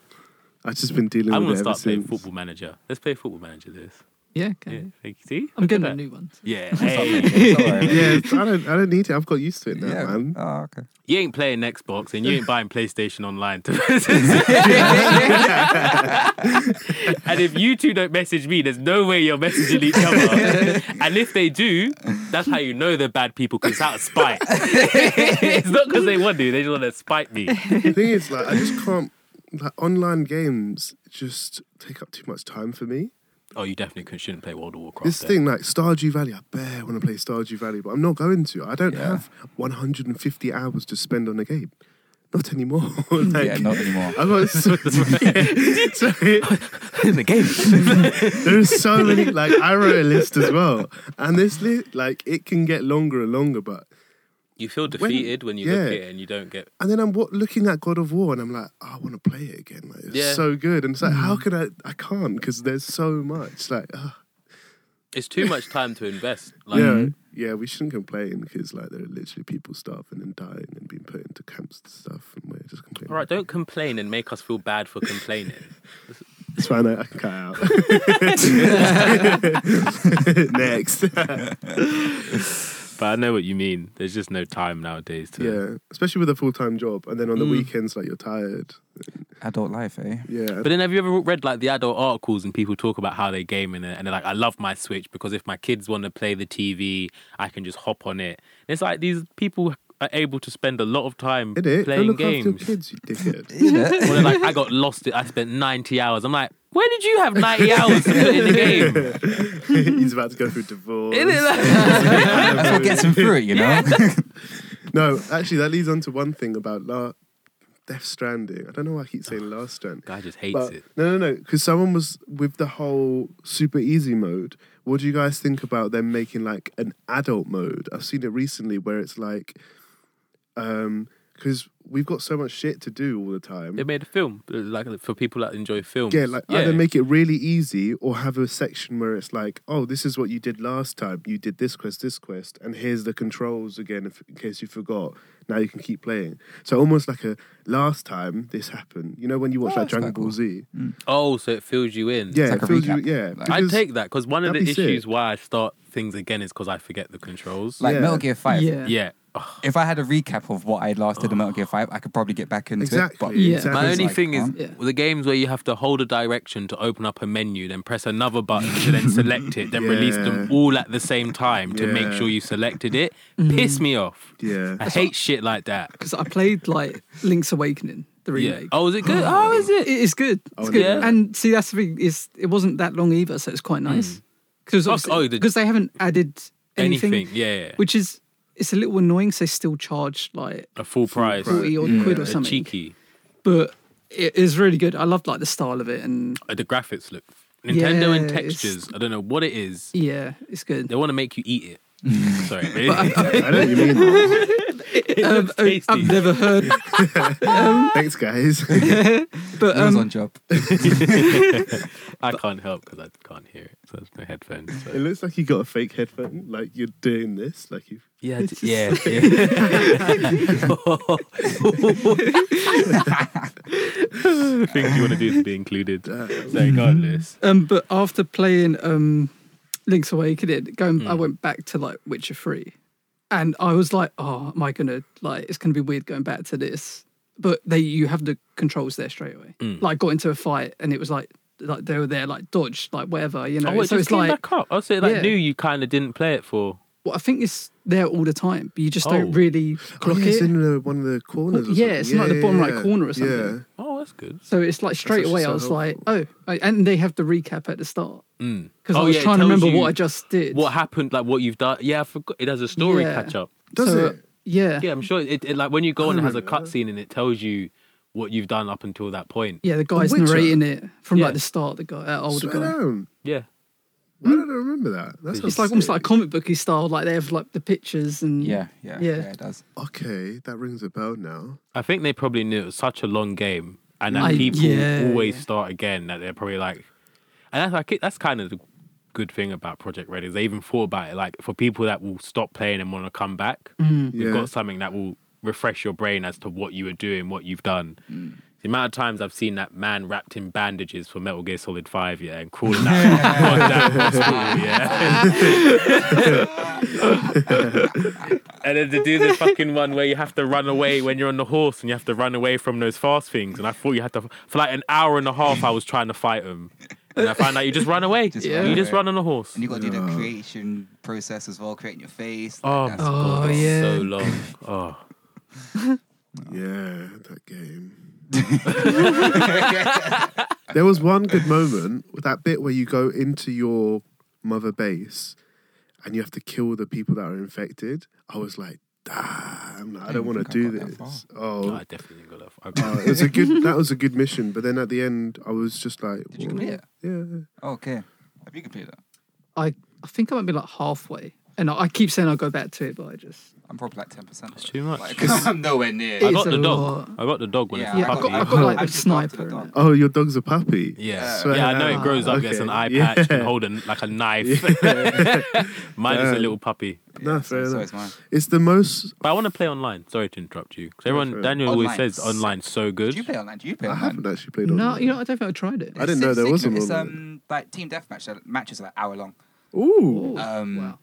[SPEAKER 1] I've just been dealing
[SPEAKER 2] I'm
[SPEAKER 1] with
[SPEAKER 2] gonna
[SPEAKER 1] it ever
[SPEAKER 2] start playing
[SPEAKER 1] since.
[SPEAKER 2] Football Manager. Let's play Football Manager. This.
[SPEAKER 4] Yeah,
[SPEAKER 2] Yeah.
[SPEAKER 4] okay.
[SPEAKER 2] thank you. See,
[SPEAKER 4] I'm getting
[SPEAKER 2] Look
[SPEAKER 4] a
[SPEAKER 2] at that.
[SPEAKER 4] new one.
[SPEAKER 2] Yeah, hey.
[SPEAKER 3] It's all right.
[SPEAKER 1] Yeah, it's- I don't, I don't need it. I've got used to it now,
[SPEAKER 3] Yeah.
[SPEAKER 1] man.
[SPEAKER 3] Oh, okay.
[SPEAKER 2] you ain't playing Xbox and you ain't buying PlayStation Online. To and if you two don't message me, there's no way you're messaging each other. and if they do, that's how you know they're bad people because it's out of spite. it's not because they want to; they just want to spite me.
[SPEAKER 1] The thing is, like, I just can't. Like, online games just take up too much time for me.
[SPEAKER 2] Oh, you definitely could- shouldn't play World of Warcraft.
[SPEAKER 1] This
[SPEAKER 2] then.
[SPEAKER 1] thing, like Stardew Valley, I bear want to play Stardew Valley, but I'm not going to. I don't
[SPEAKER 3] Yeah.
[SPEAKER 1] have 150 hours to spend on a game. Not anymore. like,
[SPEAKER 3] yeah, not
[SPEAKER 1] I
[SPEAKER 3] anymore.
[SPEAKER 1] got so, yeah, so-
[SPEAKER 2] in the game.
[SPEAKER 1] There's so many. Like I wrote a list as well, and this list, like, it can get longer and longer. But
[SPEAKER 2] You feel defeated when, you look
[SPEAKER 1] yeah.
[SPEAKER 2] at it and you don't get.
[SPEAKER 1] and then I'm wa- looking at God of War, and I'm like, "Oh, I want to play it again. Like it's
[SPEAKER 2] Yeah.
[SPEAKER 1] so good, and it's
[SPEAKER 3] Mm.
[SPEAKER 1] like, how can I? I can't because there's so much. Like, ah.
[SPEAKER 2] It's too much time to invest. Like,
[SPEAKER 1] yeah, yeah, we shouldn't complain because like there are literally people starving and dying and being put into camps and stuff, and we're just complaining.
[SPEAKER 2] all right, don't complain and make us feel bad for complaining.
[SPEAKER 1] It's fine. I, I can cut it out. Next.
[SPEAKER 2] But I know what you mean. There's just no time nowadays to.
[SPEAKER 1] yeah, especially with a full time job, and then on the
[SPEAKER 2] Mm.
[SPEAKER 1] weekends, like you're tired.
[SPEAKER 3] Adult life, eh?
[SPEAKER 1] Yeah.
[SPEAKER 2] But then, have you ever read like the adult articles and people talk about how they game in it, and they're like, "I love my Switch because if my kids want to play the TV, I can just hop on it." And it's like these people are able to spend a lot of time
[SPEAKER 1] Did it? Go
[SPEAKER 2] playing
[SPEAKER 1] look after your
[SPEAKER 2] games.
[SPEAKER 1] kids, you dickhead.
[SPEAKER 2] Or they're like, "I got lost. I spent ninety hours." I'm like, "Where did you have ninety hours to put in the game?"
[SPEAKER 1] He's about to go through divorce.
[SPEAKER 2] Isn't it like-
[SPEAKER 3] That's what gets him through it, you know?
[SPEAKER 1] No, actually, that leads on to one thing about la- Death Stranding. I don't know why I keep saying Last Stranding.
[SPEAKER 2] Guy just hates
[SPEAKER 1] But,
[SPEAKER 2] it.
[SPEAKER 1] no, no, no. Because someone was with the whole super easy mode. What do you guys think about them making like an adult mode? I've seen it recently where it's like, um, because we've got so much shit to do all the time.
[SPEAKER 2] They made a film uh, like for people that enjoy films.
[SPEAKER 1] Yeah, like either make it really easy or have a section where it's like, oh, this is what you did last time. You did this quest, this quest, and here's the controls again if, in case you forgot. Now you can keep playing. So almost like a last time this happened. You know when you watch
[SPEAKER 3] Oh,
[SPEAKER 1] like
[SPEAKER 3] that's
[SPEAKER 1] Dragon
[SPEAKER 3] quite
[SPEAKER 1] Ball
[SPEAKER 3] cool. Mm.
[SPEAKER 1] Z.
[SPEAKER 2] oh, so it fills you in.
[SPEAKER 1] Yeah,
[SPEAKER 3] like
[SPEAKER 1] it
[SPEAKER 3] a
[SPEAKER 1] feels you,
[SPEAKER 3] recap.
[SPEAKER 1] yeah.
[SPEAKER 3] Like-
[SPEAKER 2] I
[SPEAKER 1] because-
[SPEAKER 2] take that because one of the
[SPEAKER 1] That'd be
[SPEAKER 2] issues
[SPEAKER 1] sick.
[SPEAKER 2] why I start things again is because I forget the controls.
[SPEAKER 3] Like
[SPEAKER 1] Yeah.
[SPEAKER 3] Metal Gear Five.
[SPEAKER 4] Yeah.
[SPEAKER 2] yeah. Ugh.
[SPEAKER 3] If I had a recap of what I last did in Metal Gear Five, I could probably get back into
[SPEAKER 1] exactly.
[SPEAKER 3] it. But
[SPEAKER 4] Yeah.
[SPEAKER 1] exactly.
[SPEAKER 2] My
[SPEAKER 3] It's
[SPEAKER 2] only
[SPEAKER 3] like,
[SPEAKER 2] thing is
[SPEAKER 3] huh?
[SPEAKER 4] Yeah.
[SPEAKER 2] the games where you have to hold a direction to open up a menu, then press another button to then select it, then release them
[SPEAKER 1] Yeah.
[SPEAKER 2] all at the same time to make
[SPEAKER 1] Yeah.
[SPEAKER 2] sure you selected it.
[SPEAKER 4] Mm-hmm.
[SPEAKER 2] Piss me off.
[SPEAKER 1] Yeah.
[SPEAKER 2] I hate shit like that.
[SPEAKER 4] because I played like Link's Awakening, the
[SPEAKER 2] Yeah.
[SPEAKER 4] remake.
[SPEAKER 2] Oh, is it good?
[SPEAKER 4] Mm-hmm.
[SPEAKER 2] oh, is it?
[SPEAKER 4] It is good. It's
[SPEAKER 1] Oh,
[SPEAKER 4] good.
[SPEAKER 2] yeah.
[SPEAKER 4] And see, that's the thing is, it wasn't that long either, so it's quite nice because
[SPEAKER 2] Oh,
[SPEAKER 4] because
[SPEAKER 2] oh, the-
[SPEAKER 4] they haven't added anything,
[SPEAKER 2] Anything. Yeah. yeah.
[SPEAKER 4] which is it's a little annoying. So they still charge like
[SPEAKER 2] a full price.
[SPEAKER 4] forty odd quid or
[SPEAKER 2] Uh,
[SPEAKER 4] something,
[SPEAKER 2] cheeky.
[SPEAKER 4] but it is really good. I loved like the style of it, and
[SPEAKER 2] Uh, the graphics look. Nintendo and
[SPEAKER 4] Yeah, it's-
[SPEAKER 2] textures. I don't know what it is.
[SPEAKER 4] yeah, it's good.
[SPEAKER 2] They want to make you eat it. Sorry. It,
[SPEAKER 1] I know what you mean.
[SPEAKER 4] Um,
[SPEAKER 2] looks tasty.
[SPEAKER 4] I've never heard,
[SPEAKER 1] Thanks, guys.
[SPEAKER 4] but
[SPEAKER 3] It was
[SPEAKER 4] um,
[SPEAKER 3] on job.
[SPEAKER 2] I can't help because I can't hear it. So it's my headphones.
[SPEAKER 1] it
[SPEAKER 2] So.
[SPEAKER 1] looks like you got a fake headphone. Like you're doing this. Like you.
[SPEAKER 2] Yeah. it's- yeah. yeah. Things you want to do to be included. So regardless.
[SPEAKER 4] um, but after playing um, Link's Awakening, going,
[SPEAKER 2] Hmm.
[SPEAKER 4] I went back to like Witcher Three, and I was like, oh, am I gonna like? It's gonna be weird going back to this, but they you have the controls there straight away.
[SPEAKER 2] Hmm.
[SPEAKER 4] Like, got into a fight, and it was like like they were there, like dodge, like whatever, you know.
[SPEAKER 2] Oh, wait,
[SPEAKER 4] so
[SPEAKER 2] just
[SPEAKER 4] it's
[SPEAKER 2] came
[SPEAKER 4] like
[SPEAKER 2] back up. Oh, so it like
[SPEAKER 4] Yeah.
[SPEAKER 2] knew you kind of didn't play it for.
[SPEAKER 4] well, I think it's there all the time, but you just
[SPEAKER 2] Oh.
[SPEAKER 4] don't really
[SPEAKER 1] Oh,
[SPEAKER 4] clock
[SPEAKER 1] yeah, it's
[SPEAKER 4] it.
[SPEAKER 1] in the, one of the corners. Or
[SPEAKER 4] Yeah,
[SPEAKER 1] something.
[SPEAKER 4] it's like the bottom right
[SPEAKER 1] yeah,
[SPEAKER 4] corner or
[SPEAKER 1] Yeah.
[SPEAKER 4] something.
[SPEAKER 2] Oh, that's good.
[SPEAKER 4] So it's like straight
[SPEAKER 1] actually
[SPEAKER 4] away,
[SPEAKER 1] so
[SPEAKER 4] I was like, oh, I- and they have the recap at the start
[SPEAKER 2] Mm.
[SPEAKER 4] because
[SPEAKER 2] Oh,
[SPEAKER 4] I was
[SPEAKER 2] yeah, it
[SPEAKER 4] trying to
[SPEAKER 2] tells
[SPEAKER 4] remember
[SPEAKER 2] you
[SPEAKER 4] what I just did.
[SPEAKER 2] What happened? Like what you've done? Yeah, I forgot. It has a story
[SPEAKER 4] Yeah.
[SPEAKER 2] catch up.
[SPEAKER 1] Does
[SPEAKER 4] So,
[SPEAKER 1] it?
[SPEAKER 4] Yeah.
[SPEAKER 2] Yeah, I'm sure. It, it like when you go and it has a
[SPEAKER 1] remember
[SPEAKER 2] cutscene and it tells you what you've done up until that point.
[SPEAKER 4] Yeah, the guy's
[SPEAKER 1] Witcher.
[SPEAKER 4] narrating it from
[SPEAKER 2] Yeah.
[SPEAKER 4] like the start. The guy, uh, older
[SPEAKER 1] Slow
[SPEAKER 4] guy.
[SPEAKER 1] down.
[SPEAKER 2] Yeah,
[SPEAKER 1] Why don't I remember that? That's
[SPEAKER 4] Hmm? It's
[SPEAKER 1] not
[SPEAKER 4] like almost
[SPEAKER 1] sick.
[SPEAKER 4] like comic booky style. Like they have like the pictures and
[SPEAKER 3] Yeah, yeah, yeah.
[SPEAKER 4] Yeah.
[SPEAKER 3] it does.
[SPEAKER 1] okay, that rings a bell now.
[SPEAKER 2] I think they probably knew it was such a long game and that
[SPEAKER 4] I-
[SPEAKER 2] people
[SPEAKER 4] yeah,
[SPEAKER 2] always
[SPEAKER 4] yeah.
[SPEAKER 2] start again. That they're probably like, and that's like that's kind of the good thing about Project Red is they even thought about it. Like for people that will stop playing and want to come back,
[SPEAKER 4] Mm.
[SPEAKER 2] you've
[SPEAKER 1] Yeah.
[SPEAKER 2] got something that will refresh your brain as to what you were doing, what you've done. The amount of times I've seen that man wrapped in bandages for Metal Gear Solid Five, yeah, and crawling out of goddamn hospital, yeah. and then to do the fucking one where you have to run away when you're on the horse and you have to run away from those fast things. And I thought you had to for like an hour and a half. I was trying to fight him, and I found out you just run away.
[SPEAKER 3] Just
[SPEAKER 2] you
[SPEAKER 4] run away.
[SPEAKER 2] just run on a horse.
[SPEAKER 3] And you got to do the creation process as well, creating your face.
[SPEAKER 2] Oh,
[SPEAKER 3] Like, that's-
[SPEAKER 2] God,
[SPEAKER 4] Oh,
[SPEAKER 2] it's
[SPEAKER 4] yeah.
[SPEAKER 2] so long. Oh.
[SPEAKER 1] Yeah, that game. there was one good moment with that bit where you go into your mother base and you have to kill the people that are infected. I was like, damn, I don't
[SPEAKER 3] didn't
[SPEAKER 1] want to
[SPEAKER 3] think I
[SPEAKER 1] do
[SPEAKER 3] got that
[SPEAKER 1] this. Oh,
[SPEAKER 2] No, I definitely got that. I got
[SPEAKER 1] it was a good. That was a good mission, but then at the end, I was just like,
[SPEAKER 3] Did
[SPEAKER 1] "Whoa."
[SPEAKER 3] you complete it?
[SPEAKER 1] Yeah.
[SPEAKER 3] Oh, okay. Have you completed it?
[SPEAKER 4] I I think I might be like halfway, and I, I keep saying I'll go back to it, but I just
[SPEAKER 3] I'm probably like ten percent. That's
[SPEAKER 2] too much.
[SPEAKER 3] I'm nowhere near.
[SPEAKER 2] I
[SPEAKER 4] It's
[SPEAKER 2] got
[SPEAKER 4] a
[SPEAKER 2] the dog.
[SPEAKER 4] lot.
[SPEAKER 2] I got the dog when
[SPEAKER 3] Yeah,
[SPEAKER 2] it's a
[SPEAKER 4] Yeah, I
[SPEAKER 2] puppy.
[SPEAKER 4] got- I got, like,
[SPEAKER 3] I
[SPEAKER 4] a
[SPEAKER 3] just got to
[SPEAKER 4] sniper
[SPEAKER 3] the
[SPEAKER 4] and-
[SPEAKER 3] dog.
[SPEAKER 1] Oh, your dog's a puppy.
[SPEAKER 2] yeah,
[SPEAKER 3] Yeah.
[SPEAKER 2] yeah. I know
[SPEAKER 1] Ah,
[SPEAKER 2] it grows up, gets an
[SPEAKER 1] okay.
[SPEAKER 2] eye
[SPEAKER 1] Yeah.
[SPEAKER 2] patch, can hold an, like a knife. Mine is a little puppy.
[SPEAKER 1] No, fair
[SPEAKER 3] so, so
[SPEAKER 1] enough.
[SPEAKER 3] is mine.
[SPEAKER 1] It's the most.
[SPEAKER 2] But I want to play online. Sorry to interrupt you, because everyone
[SPEAKER 1] fair
[SPEAKER 2] Daniel
[SPEAKER 3] enough.
[SPEAKER 2] always says
[SPEAKER 3] Online.
[SPEAKER 2] online's so
[SPEAKER 3] Do
[SPEAKER 2] good.
[SPEAKER 3] you play online? Do you play
[SPEAKER 1] I
[SPEAKER 3] online?
[SPEAKER 1] haven't actually played on.
[SPEAKER 4] no, you know, I don't think I tried it.
[SPEAKER 1] I didn't know
[SPEAKER 3] It's
[SPEAKER 1] there was
[SPEAKER 3] sick,
[SPEAKER 1] a
[SPEAKER 3] It's
[SPEAKER 1] moment.
[SPEAKER 3] um, like team deathmatch. That matches are like hour long,
[SPEAKER 1] Ooh.
[SPEAKER 3] Um,
[SPEAKER 4] wow.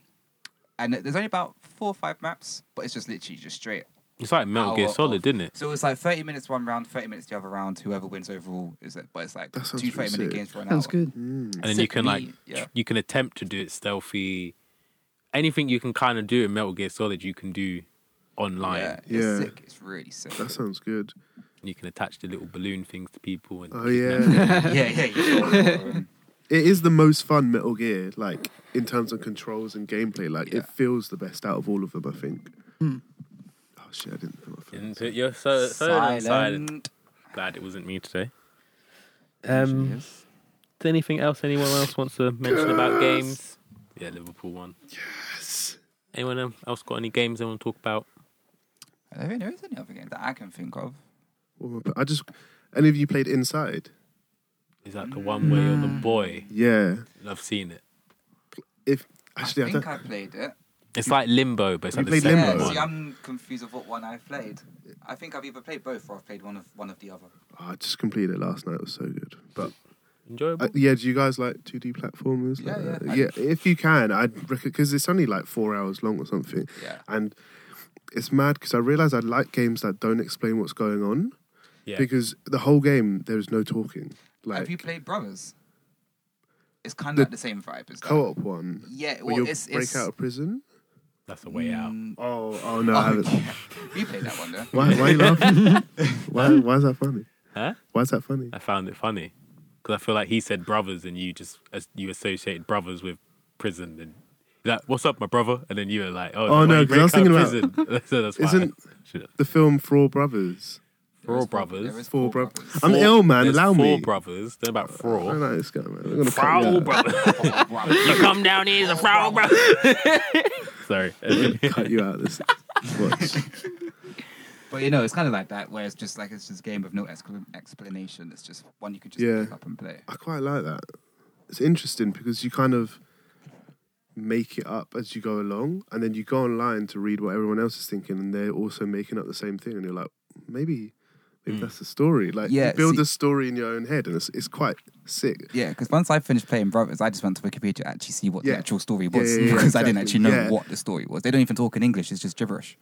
[SPEAKER 3] and there's only about four or five maps, but it's just literally just straight.
[SPEAKER 2] It's like Metal Gear
[SPEAKER 3] hour
[SPEAKER 2] Solid,
[SPEAKER 3] of-
[SPEAKER 2] didn't it?
[SPEAKER 3] So it's like 30 minutes one round, 30 minutes the other round. Whoever wins overall is it. But it's like
[SPEAKER 1] That sounds
[SPEAKER 3] two
[SPEAKER 1] really
[SPEAKER 3] 30 minute
[SPEAKER 1] sick.
[SPEAKER 3] games for an
[SPEAKER 4] Sounds
[SPEAKER 3] hour.
[SPEAKER 4] good.
[SPEAKER 1] Mm.
[SPEAKER 2] And then you
[SPEAKER 3] sick
[SPEAKER 2] can
[SPEAKER 3] me,
[SPEAKER 2] like tr-
[SPEAKER 3] yeah.
[SPEAKER 2] you can attempt to do it stealthy. Anything you can kind of do in Metal Gear Solid, you can do online.
[SPEAKER 3] Yeah, it's
[SPEAKER 1] Yeah.
[SPEAKER 3] sick. It's really sick.
[SPEAKER 1] That sounds good.
[SPEAKER 2] You can attach the little balloon things to people and
[SPEAKER 1] Oh
[SPEAKER 2] kidnap
[SPEAKER 1] yeah,
[SPEAKER 3] yeah, yeah. yeah.
[SPEAKER 1] it is the most fun Metal Gear. Like in terms of controls and gameplay, like
[SPEAKER 3] Yeah. Hmm.
[SPEAKER 1] it feels the best out of all of them. I think. Oh, shit, I didn't put my phone.
[SPEAKER 2] Didn't put your so, silent. silent. Glad it wasn't me today. Um,
[SPEAKER 3] Yes.
[SPEAKER 2] is there anything else anyone else wants to mention about games? Yeah, Liverpool won.
[SPEAKER 1] Yes.
[SPEAKER 2] Anyone um, else got any games they want to talk about?
[SPEAKER 3] I don't think there is any other game that I can think of.
[SPEAKER 1] What am I put- I just. Any of you played Inside?
[SPEAKER 2] Is that the one where you're
[SPEAKER 1] Mm.
[SPEAKER 2] the boy?
[SPEAKER 1] Yeah.
[SPEAKER 2] I've seen it.
[SPEAKER 1] If actually, I,
[SPEAKER 3] I
[SPEAKER 1] don't.
[SPEAKER 3] think I played it.
[SPEAKER 2] It's like Limbo, but it's
[SPEAKER 1] Have
[SPEAKER 2] like
[SPEAKER 1] you
[SPEAKER 2] the
[SPEAKER 1] played
[SPEAKER 2] second
[SPEAKER 1] Limbo?
[SPEAKER 3] Yeah,
[SPEAKER 2] one.
[SPEAKER 3] see, I'm confused of what one I played. I think I've either played both or I've played one of one of the other.
[SPEAKER 1] Oh, I just completed it last night. It was so good. But
[SPEAKER 2] Enjoyable.
[SPEAKER 1] uh, yeah, do you guys like 2D platformers?
[SPEAKER 3] Yeah,
[SPEAKER 1] like
[SPEAKER 3] yeah.
[SPEAKER 1] that? If you can, I'd recommend because it's only like four hours long or something.
[SPEAKER 3] Yeah.
[SPEAKER 1] And it's mad because I realize I like games that don't explain what's going on
[SPEAKER 2] yeah.
[SPEAKER 1] because the whole game there is no talking.
[SPEAKER 3] Have you
[SPEAKER 1] Like
[SPEAKER 3] played Brothers? It's kind of
[SPEAKER 1] The
[SPEAKER 3] like the same vibe as that.
[SPEAKER 1] co-op one.
[SPEAKER 3] Yeah,
[SPEAKER 1] where
[SPEAKER 3] well,
[SPEAKER 1] you
[SPEAKER 3] it's-
[SPEAKER 1] break
[SPEAKER 3] it's- Mm,
[SPEAKER 1] out of prison.
[SPEAKER 2] That's the way out.
[SPEAKER 1] Oh, oh no, I haven't.
[SPEAKER 3] You played that one, though.
[SPEAKER 1] Why, why are you laughing? why, why is that funny?
[SPEAKER 2] Huh?
[SPEAKER 1] Why is that funny?
[SPEAKER 2] I found it funny because I feel like he said brothers, and you just as you associated brothers with prison. And you're like, what's up, my brother? And then you were like, oh,
[SPEAKER 1] Oh, no, 'cause I was thinking
[SPEAKER 2] about so that's why
[SPEAKER 1] Isn't
[SPEAKER 2] I,
[SPEAKER 1] the film Four Brothers?
[SPEAKER 2] for all
[SPEAKER 3] There is
[SPEAKER 2] brothers.
[SPEAKER 1] Four
[SPEAKER 3] four
[SPEAKER 1] brothers.
[SPEAKER 3] brothers.
[SPEAKER 1] I'm
[SPEAKER 2] four-
[SPEAKER 1] ill, man.
[SPEAKER 2] there's
[SPEAKER 1] Allow
[SPEAKER 2] four
[SPEAKER 1] me.
[SPEAKER 2] brothers. They're about
[SPEAKER 1] I
[SPEAKER 2] four.
[SPEAKER 1] don't like this guy, man. I'm gonna cut you
[SPEAKER 2] Foul
[SPEAKER 1] out.
[SPEAKER 2] brother. you come down here, it's a foul brother. Sorry.
[SPEAKER 1] cut you out of this. Watch.
[SPEAKER 3] But you know, it's kind of like that, where it's just like it's just a game with no excla- explanation. It's just one you can just
[SPEAKER 1] Yeah.
[SPEAKER 3] pick up and play.
[SPEAKER 1] I quite like that. It's interesting because you kind of make it up as you go along, and then you go online to read what everyone else is thinking, and they're also making up the same thing, and you're like, maybe, maybe that's the story. Like,
[SPEAKER 3] Hmm. Yeah,
[SPEAKER 1] you build
[SPEAKER 3] see-
[SPEAKER 1] a story in your own head, and it's it's quite sick.
[SPEAKER 3] Yeah, because once I finished playing Brothers, I just went to Wikipedia to actually see what
[SPEAKER 1] Yeah.
[SPEAKER 3] the actual story
[SPEAKER 1] Yeah,
[SPEAKER 3] was
[SPEAKER 1] yeah, yeah,
[SPEAKER 3] because I didn't
[SPEAKER 1] exactly.
[SPEAKER 3] actually know
[SPEAKER 1] Yeah.
[SPEAKER 3] what the story was. They don't even talk in English; it's just gibberish.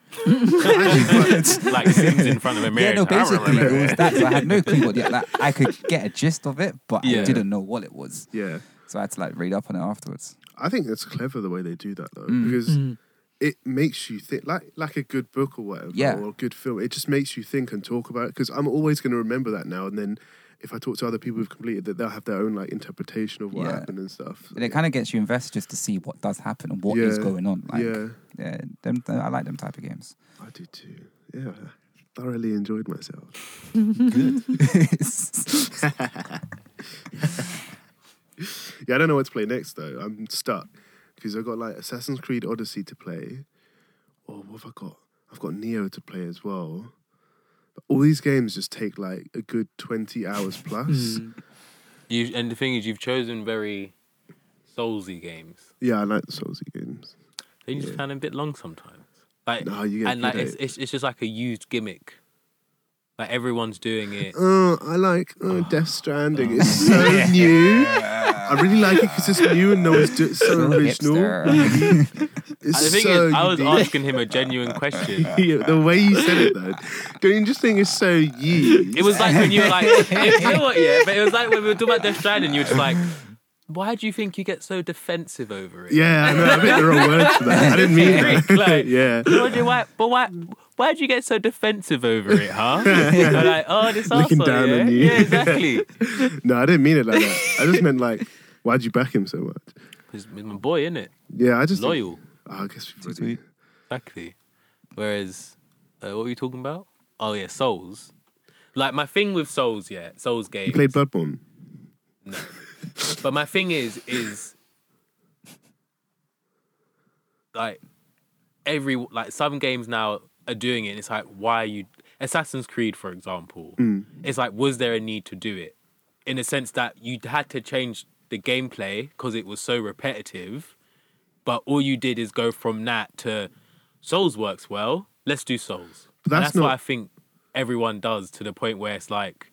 [SPEAKER 2] like Sims in front of a mirror.
[SPEAKER 3] Yeah, no, basically it was that. So I had no clue what. Yeah, like, I could get a gist of it, but
[SPEAKER 2] Yeah.
[SPEAKER 3] I didn't know what it was.
[SPEAKER 1] Yeah,
[SPEAKER 3] So I had to like read up on it afterwards.
[SPEAKER 1] I think that's clever the way they do that
[SPEAKER 3] Mm.
[SPEAKER 1] though, because. It makes you think, like like a good book or whatever,
[SPEAKER 3] Yeah.
[SPEAKER 1] or a good film. It just makes you think and talk about it. Because I'm always going to remember that now. And then, if I talk to other people who've completed that, they'll have their own like interpretation of what
[SPEAKER 3] Yeah.
[SPEAKER 1] happened and stuff.
[SPEAKER 3] And it kind of gets you invested just to see what does happen and what is
[SPEAKER 1] Yeah.
[SPEAKER 3] going on. Like,
[SPEAKER 1] Yeah.
[SPEAKER 3] yeah, them, I like them type of games.
[SPEAKER 1] I do too. Yeah, I thoroughly enjoyed myself. Yeah, I don't know what to play next though. I'm stuck because I've got like Assassin's Creed Odyssey to play. Or what have I got? I've got Neo to play as well. But all these games just take like a good 20 hours plus.
[SPEAKER 2] You, and the thing is, you've chosen very soulsy games.
[SPEAKER 1] Yeah, I like the Soulsy games.
[SPEAKER 2] They just
[SPEAKER 1] Yeah.
[SPEAKER 2] sound a bit long sometimes. Like,
[SPEAKER 1] No, you get
[SPEAKER 2] and like it's,
[SPEAKER 1] headache.
[SPEAKER 2] it's it's just like a used gimmick. Like everyone's doing it.
[SPEAKER 1] Oh, I like oh, Death Stranding. It's
[SPEAKER 2] Oh.
[SPEAKER 1] so new. I really like it because it's new and no one's do- it's so original.
[SPEAKER 3] Hipster.
[SPEAKER 1] It's
[SPEAKER 2] the thing
[SPEAKER 1] so
[SPEAKER 2] is, I was
[SPEAKER 1] unique.
[SPEAKER 2] asking him a genuine question.
[SPEAKER 1] Yeah, the way you said it though, don't you just think it's so you?
[SPEAKER 2] It was like when you were like, you know what, yeah, but it was like when we were talking about Death Stranding, you were just like, why do you think you get so defensive over it?
[SPEAKER 1] yeah, I know. I picked the wrong word for that. I didn't mean that.
[SPEAKER 2] Like-
[SPEAKER 1] yeah,
[SPEAKER 2] Why do you- why, but why, why do you get so defensive over it, huh? They're like, oh, this
[SPEAKER 1] Looking
[SPEAKER 2] arsehole,
[SPEAKER 1] down
[SPEAKER 2] yeah?
[SPEAKER 1] on you.
[SPEAKER 2] Yeah, exactly.
[SPEAKER 1] no, I didn't mean it like that. I just meant like, why'd you back him so much?
[SPEAKER 2] He's, he's my boy, isn't it?
[SPEAKER 1] Yeah, I just think-
[SPEAKER 2] Loyal,
[SPEAKER 1] Oh, I guess we've
[SPEAKER 3] Too
[SPEAKER 1] already.
[SPEAKER 3] sweet.
[SPEAKER 2] exactly. Whereas, uh, what were you talking about? Oh yeah, Souls. Like my thing with Souls, yeah, Souls games.
[SPEAKER 1] You played Bloodborne.
[SPEAKER 2] But my thing is, is like every like some games now are doing it. And it's like why are you Assassin's Creed, for example.
[SPEAKER 1] Mm.
[SPEAKER 2] It's like was there a need to do it in the sense that you had to change the gameplay because it was so repetitive, but all you did is go from that to Souls works well. Let's do Souls.
[SPEAKER 1] But
[SPEAKER 2] And
[SPEAKER 1] that's
[SPEAKER 2] that's what
[SPEAKER 1] not-
[SPEAKER 2] I think everyone does to the point where it's like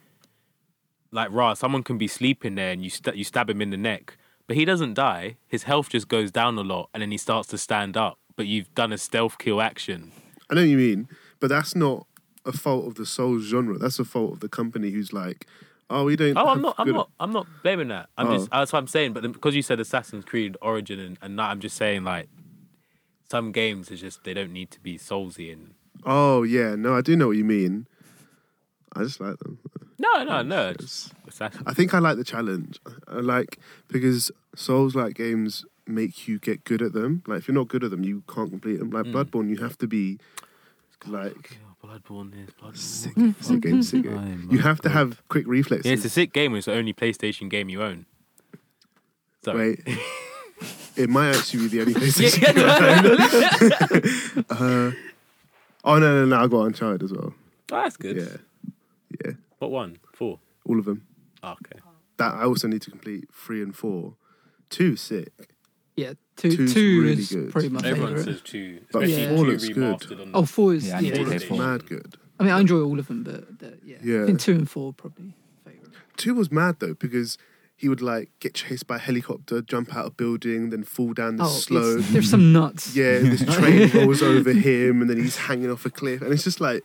[SPEAKER 2] like rah, someone can be sleeping there and you st- you stab him in the neck, but he doesn't die. His health just goes down a lot, and then he starts to stand up. But you've done a stealth kill action.
[SPEAKER 1] I know what you mean, but that's not a fault of the soul genre. That's a fault of the company who's like, oh, we don't. have
[SPEAKER 2] Oh, I'm not, I'm
[SPEAKER 1] good-
[SPEAKER 2] not, I'm not blaming that. I'm
[SPEAKER 1] Oh.
[SPEAKER 2] just that's what I'm saying. But then, because you said Assassin's Creed Origin and, and that, I'm just saying like some games is just they don't need to be soulsy and
[SPEAKER 1] Oh yeah, no, I do know what you mean. I just like them.
[SPEAKER 2] no,
[SPEAKER 1] Oh,
[SPEAKER 2] no, no. It's, Assassin's-
[SPEAKER 1] I think I like the challenge. I like because Souls like games
[SPEAKER 2] Mm.
[SPEAKER 1] make you get good at them. Like if you're not good at them, you can't complete them. Like Bloodborne, you have to be Like
[SPEAKER 2] Oh, Bloodborne is Bloodborne.
[SPEAKER 1] sick, sick game, sick game.
[SPEAKER 2] Ay, my
[SPEAKER 1] You have to
[SPEAKER 2] God.
[SPEAKER 1] have quick reflexes.
[SPEAKER 2] Yeah, it's a sick game. and It's the only PlayStation game you own. So oh,
[SPEAKER 1] Wait, it might actually be the only
[SPEAKER 2] Yeah,
[SPEAKER 1] PlayStation.
[SPEAKER 2] yeah, no.
[SPEAKER 1] Uh, Oh no, no, no! I got Uncharted as well.
[SPEAKER 2] Oh, that's good.
[SPEAKER 1] Yeah, yeah,
[SPEAKER 2] What one? Four.
[SPEAKER 1] all of them.
[SPEAKER 2] Oh, okay.
[SPEAKER 1] That I also need to complete three and four. Two's sick.
[SPEAKER 4] Yeah, two two
[SPEAKER 1] Two's really
[SPEAKER 4] is
[SPEAKER 1] good.
[SPEAKER 4] pretty much
[SPEAKER 2] Everyone
[SPEAKER 4] favorite.
[SPEAKER 2] says two.
[SPEAKER 1] But
[SPEAKER 2] especially
[SPEAKER 4] four
[SPEAKER 2] two
[SPEAKER 1] looks good.
[SPEAKER 2] remastered on the-
[SPEAKER 4] Oh, four is
[SPEAKER 3] Yeah,
[SPEAKER 4] yeah.
[SPEAKER 3] I
[SPEAKER 4] I,
[SPEAKER 3] need to
[SPEAKER 1] All
[SPEAKER 3] play
[SPEAKER 1] of
[SPEAKER 3] four.
[SPEAKER 1] mad good.
[SPEAKER 4] mean, I enjoy all of them, but they're- yeah,
[SPEAKER 1] Yeah.
[SPEAKER 4] I think two and four are probably favorite.
[SPEAKER 1] Two was mad though because he would like get chased by a helicopter, jump out of building, then fall down the
[SPEAKER 4] Oh, it's-
[SPEAKER 1] slope.
[SPEAKER 4] there's some nuts.
[SPEAKER 1] Yeah, this train rolls over him, and then he's hanging off a cliff, and it's just like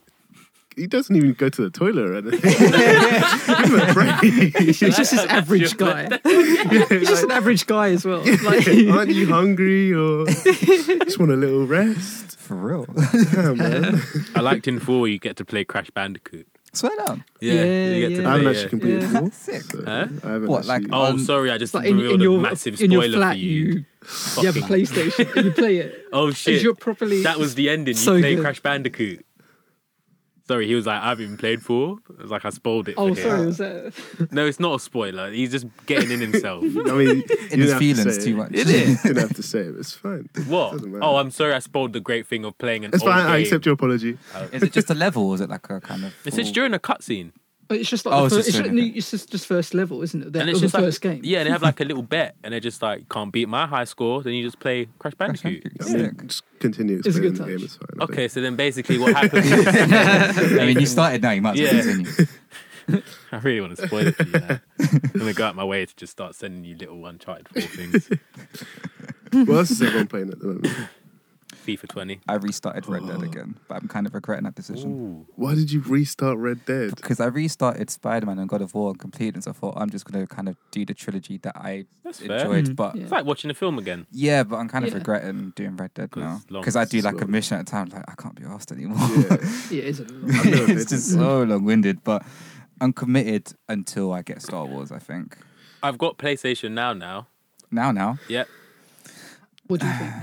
[SPEAKER 1] he doesn't even go to the toilet or anything. Give him a break.
[SPEAKER 4] He's just this average guy. He's just an average guy as well. Like,
[SPEAKER 1] Aren't you hungry or just want a little rest?
[SPEAKER 3] For real.
[SPEAKER 1] Yeah, man.
[SPEAKER 2] I liked in four. You get to play Crash Bandicoot.
[SPEAKER 3] Swear down.
[SPEAKER 2] Yeah,
[SPEAKER 4] Yeah,
[SPEAKER 2] you get to
[SPEAKER 4] yeah.
[SPEAKER 1] I haven't
[SPEAKER 2] play,
[SPEAKER 1] actually
[SPEAKER 2] yeah.
[SPEAKER 1] completed
[SPEAKER 4] Yeah.
[SPEAKER 1] four.
[SPEAKER 3] Sick.
[SPEAKER 1] so
[SPEAKER 2] Huh?
[SPEAKER 1] I haven't
[SPEAKER 3] What, like,
[SPEAKER 1] actually-
[SPEAKER 2] Oh,
[SPEAKER 3] Um,
[SPEAKER 2] sorry, I just
[SPEAKER 4] it's like in,
[SPEAKER 2] revealed
[SPEAKER 4] in your
[SPEAKER 2] a massive
[SPEAKER 4] in
[SPEAKER 2] spoiler
[SPEAKER 4] your flat,
[SPEAKER 2] for you.
[SPEAKER 4] you you have a
[SPEAKER 2] Fucking-
[SPEAKER 4] PlayStation and you play it.
[SPEAKER 2] Oh
[SPEAKER 4] And
[SPEAKER 2] shit!
[SPEAKER 4] you're properly
[SPEAKER 2] That was the ending. You
[SPEAKER 4] So
[SPEAKER 2] played
[SPEAKER 4] good.
[SPEAKER 2] Crash Bandicoot. Sorry, he was like, I haven't even played four. I was like, I spoiled it.
[SPEAKER 4] Oh,
[SPEAKER 2] for
[SPEAKER 4] sorry,
[SPEAKER 2] Him.
[SPEAKER 4] was that?
[SPEAKER 2] No, it's not a spoiler. He's just getting in himself.
[SPEAKER 1] I mean,
[SPEAKER 3] In his feelings too much.
[SPEAKER 1] Did it? You didn't have to say it. It's fine.
[SPEAKER 2] what?
[SPEAKER 1] Doesn't matter.
[SPEAKER 2] Oh, I'm sorry, I spoiled the great thing of playing an
[SPEAKER 1] It's
[SPEAKER 2] old
[SPEAKER 1] fine. I
[SPEAKER 2] game.
[SPEAKER 1] accept your apology.
[SPEAKER 3] Is it just a level or is it like a kind of.
[SPEAKER 2] It's just
[SPEAKER 3] full-
[SPEAKER 2] during a cutscene,
[SPEAKER 4] But it's just like
[SPEAKER 3] Oh,
[SPEAKER 4] the
[SPEAKER 3] it's
[SPEAKER 4] first,
[SPEAKER 3] just
[SPEAKER 4] it's,
[SPEAKER 3] doing
[SPEAKER 4] just,
[SPEAKER 3] it.
[SPEAKER 4] it's just just first level, isn't it? That
[SPEAKER 2] and
[SPEAKER 4] it
[SPEAKER 2] it's just
[SPEAKER 4] was the
[SPEAKER 2] like
[SPEAKER 4] first game.
[SPEAKER 2] yeah, and they have like a little bet, and they're just like, can't beat my high score, then you just play Crash Bandicoot.
[SPEAKER 3] Bandicoot.
[SPEAKER 1] I mean,
[SPEAKER 3] Sick.
[SPEAKER 1] just continue.
[SPEAKER 4] a
[SPEAKER 1] explaining
[SPEAKER 4] good
[SPEAKER 1] the game.
[SPEAKER 4] touch.
[SPEAKER 1] It's fine. I
[SPEAKER 2] Okay, so then basically what happens? is-
[SPEAKER 3] I mean, you started now, you might as well
[SPEAKER 2] Yeah.
[SPEAKER 3] continue.
[SPEAKER 2] I really want to spoil it for you. Now. I'm gonna go out my way to just start sending you little Uncharted four things.
[SPEAKER 1] think. What else is everyone playing at the moment?
[SPEAKER 2] FIFA 20.
[SPEAKER 3] I restarted Red Dead again, but I'm kind of regretting that decision.
[SPEAKER 2] Oh. Ooh.
[SPEAKER 1] Why did you restart Red Dead?
[SPEAKER 3] Because I restarted Spider Man and God of War and completed it, so I thought I'm just going to kind of do the trilogy that I
[SPEAKER 2] That's fair.
[SPEAKER 3] enjoyed.
[SPEAKER 4] Mm,
[SPEAKER 3] But
[SPEAKER 2] It's like watching a film again.
[SPEAKER 3] Yeah, but I'm kind of
[SPEAKER 4] Yeah.
[SPEAKER 3] regretting doing Red Dead
[SPEAKER 2] 'Cause
[SPEAKER 3] now
[SPEAKER 2] it's long,
[SPEAKER 3] because I do
[SPEAKER 1] it's
[SPEAKER 3] like a
[SPEAKER 1] long.
[SPEAKER 3] mission at a time. Like I can't be asked anymore.
[SPEAKER 1] Yeah.
[SPEAKER 4] yeah, it is. a lot.
[SPEAKER 1] I've never played
[SPEAKER 3] it's just
[SPEAKER 1] it.
[SPEAKER 3] so long-winded. But I'm committed until I get Star Wars. I think
[SPEAKER 2] I've got PlayStation Now now.
[SPEAKER 3] now, now.
[SPEAKER 2] Yep.
[SPEAKER 4] What do you think?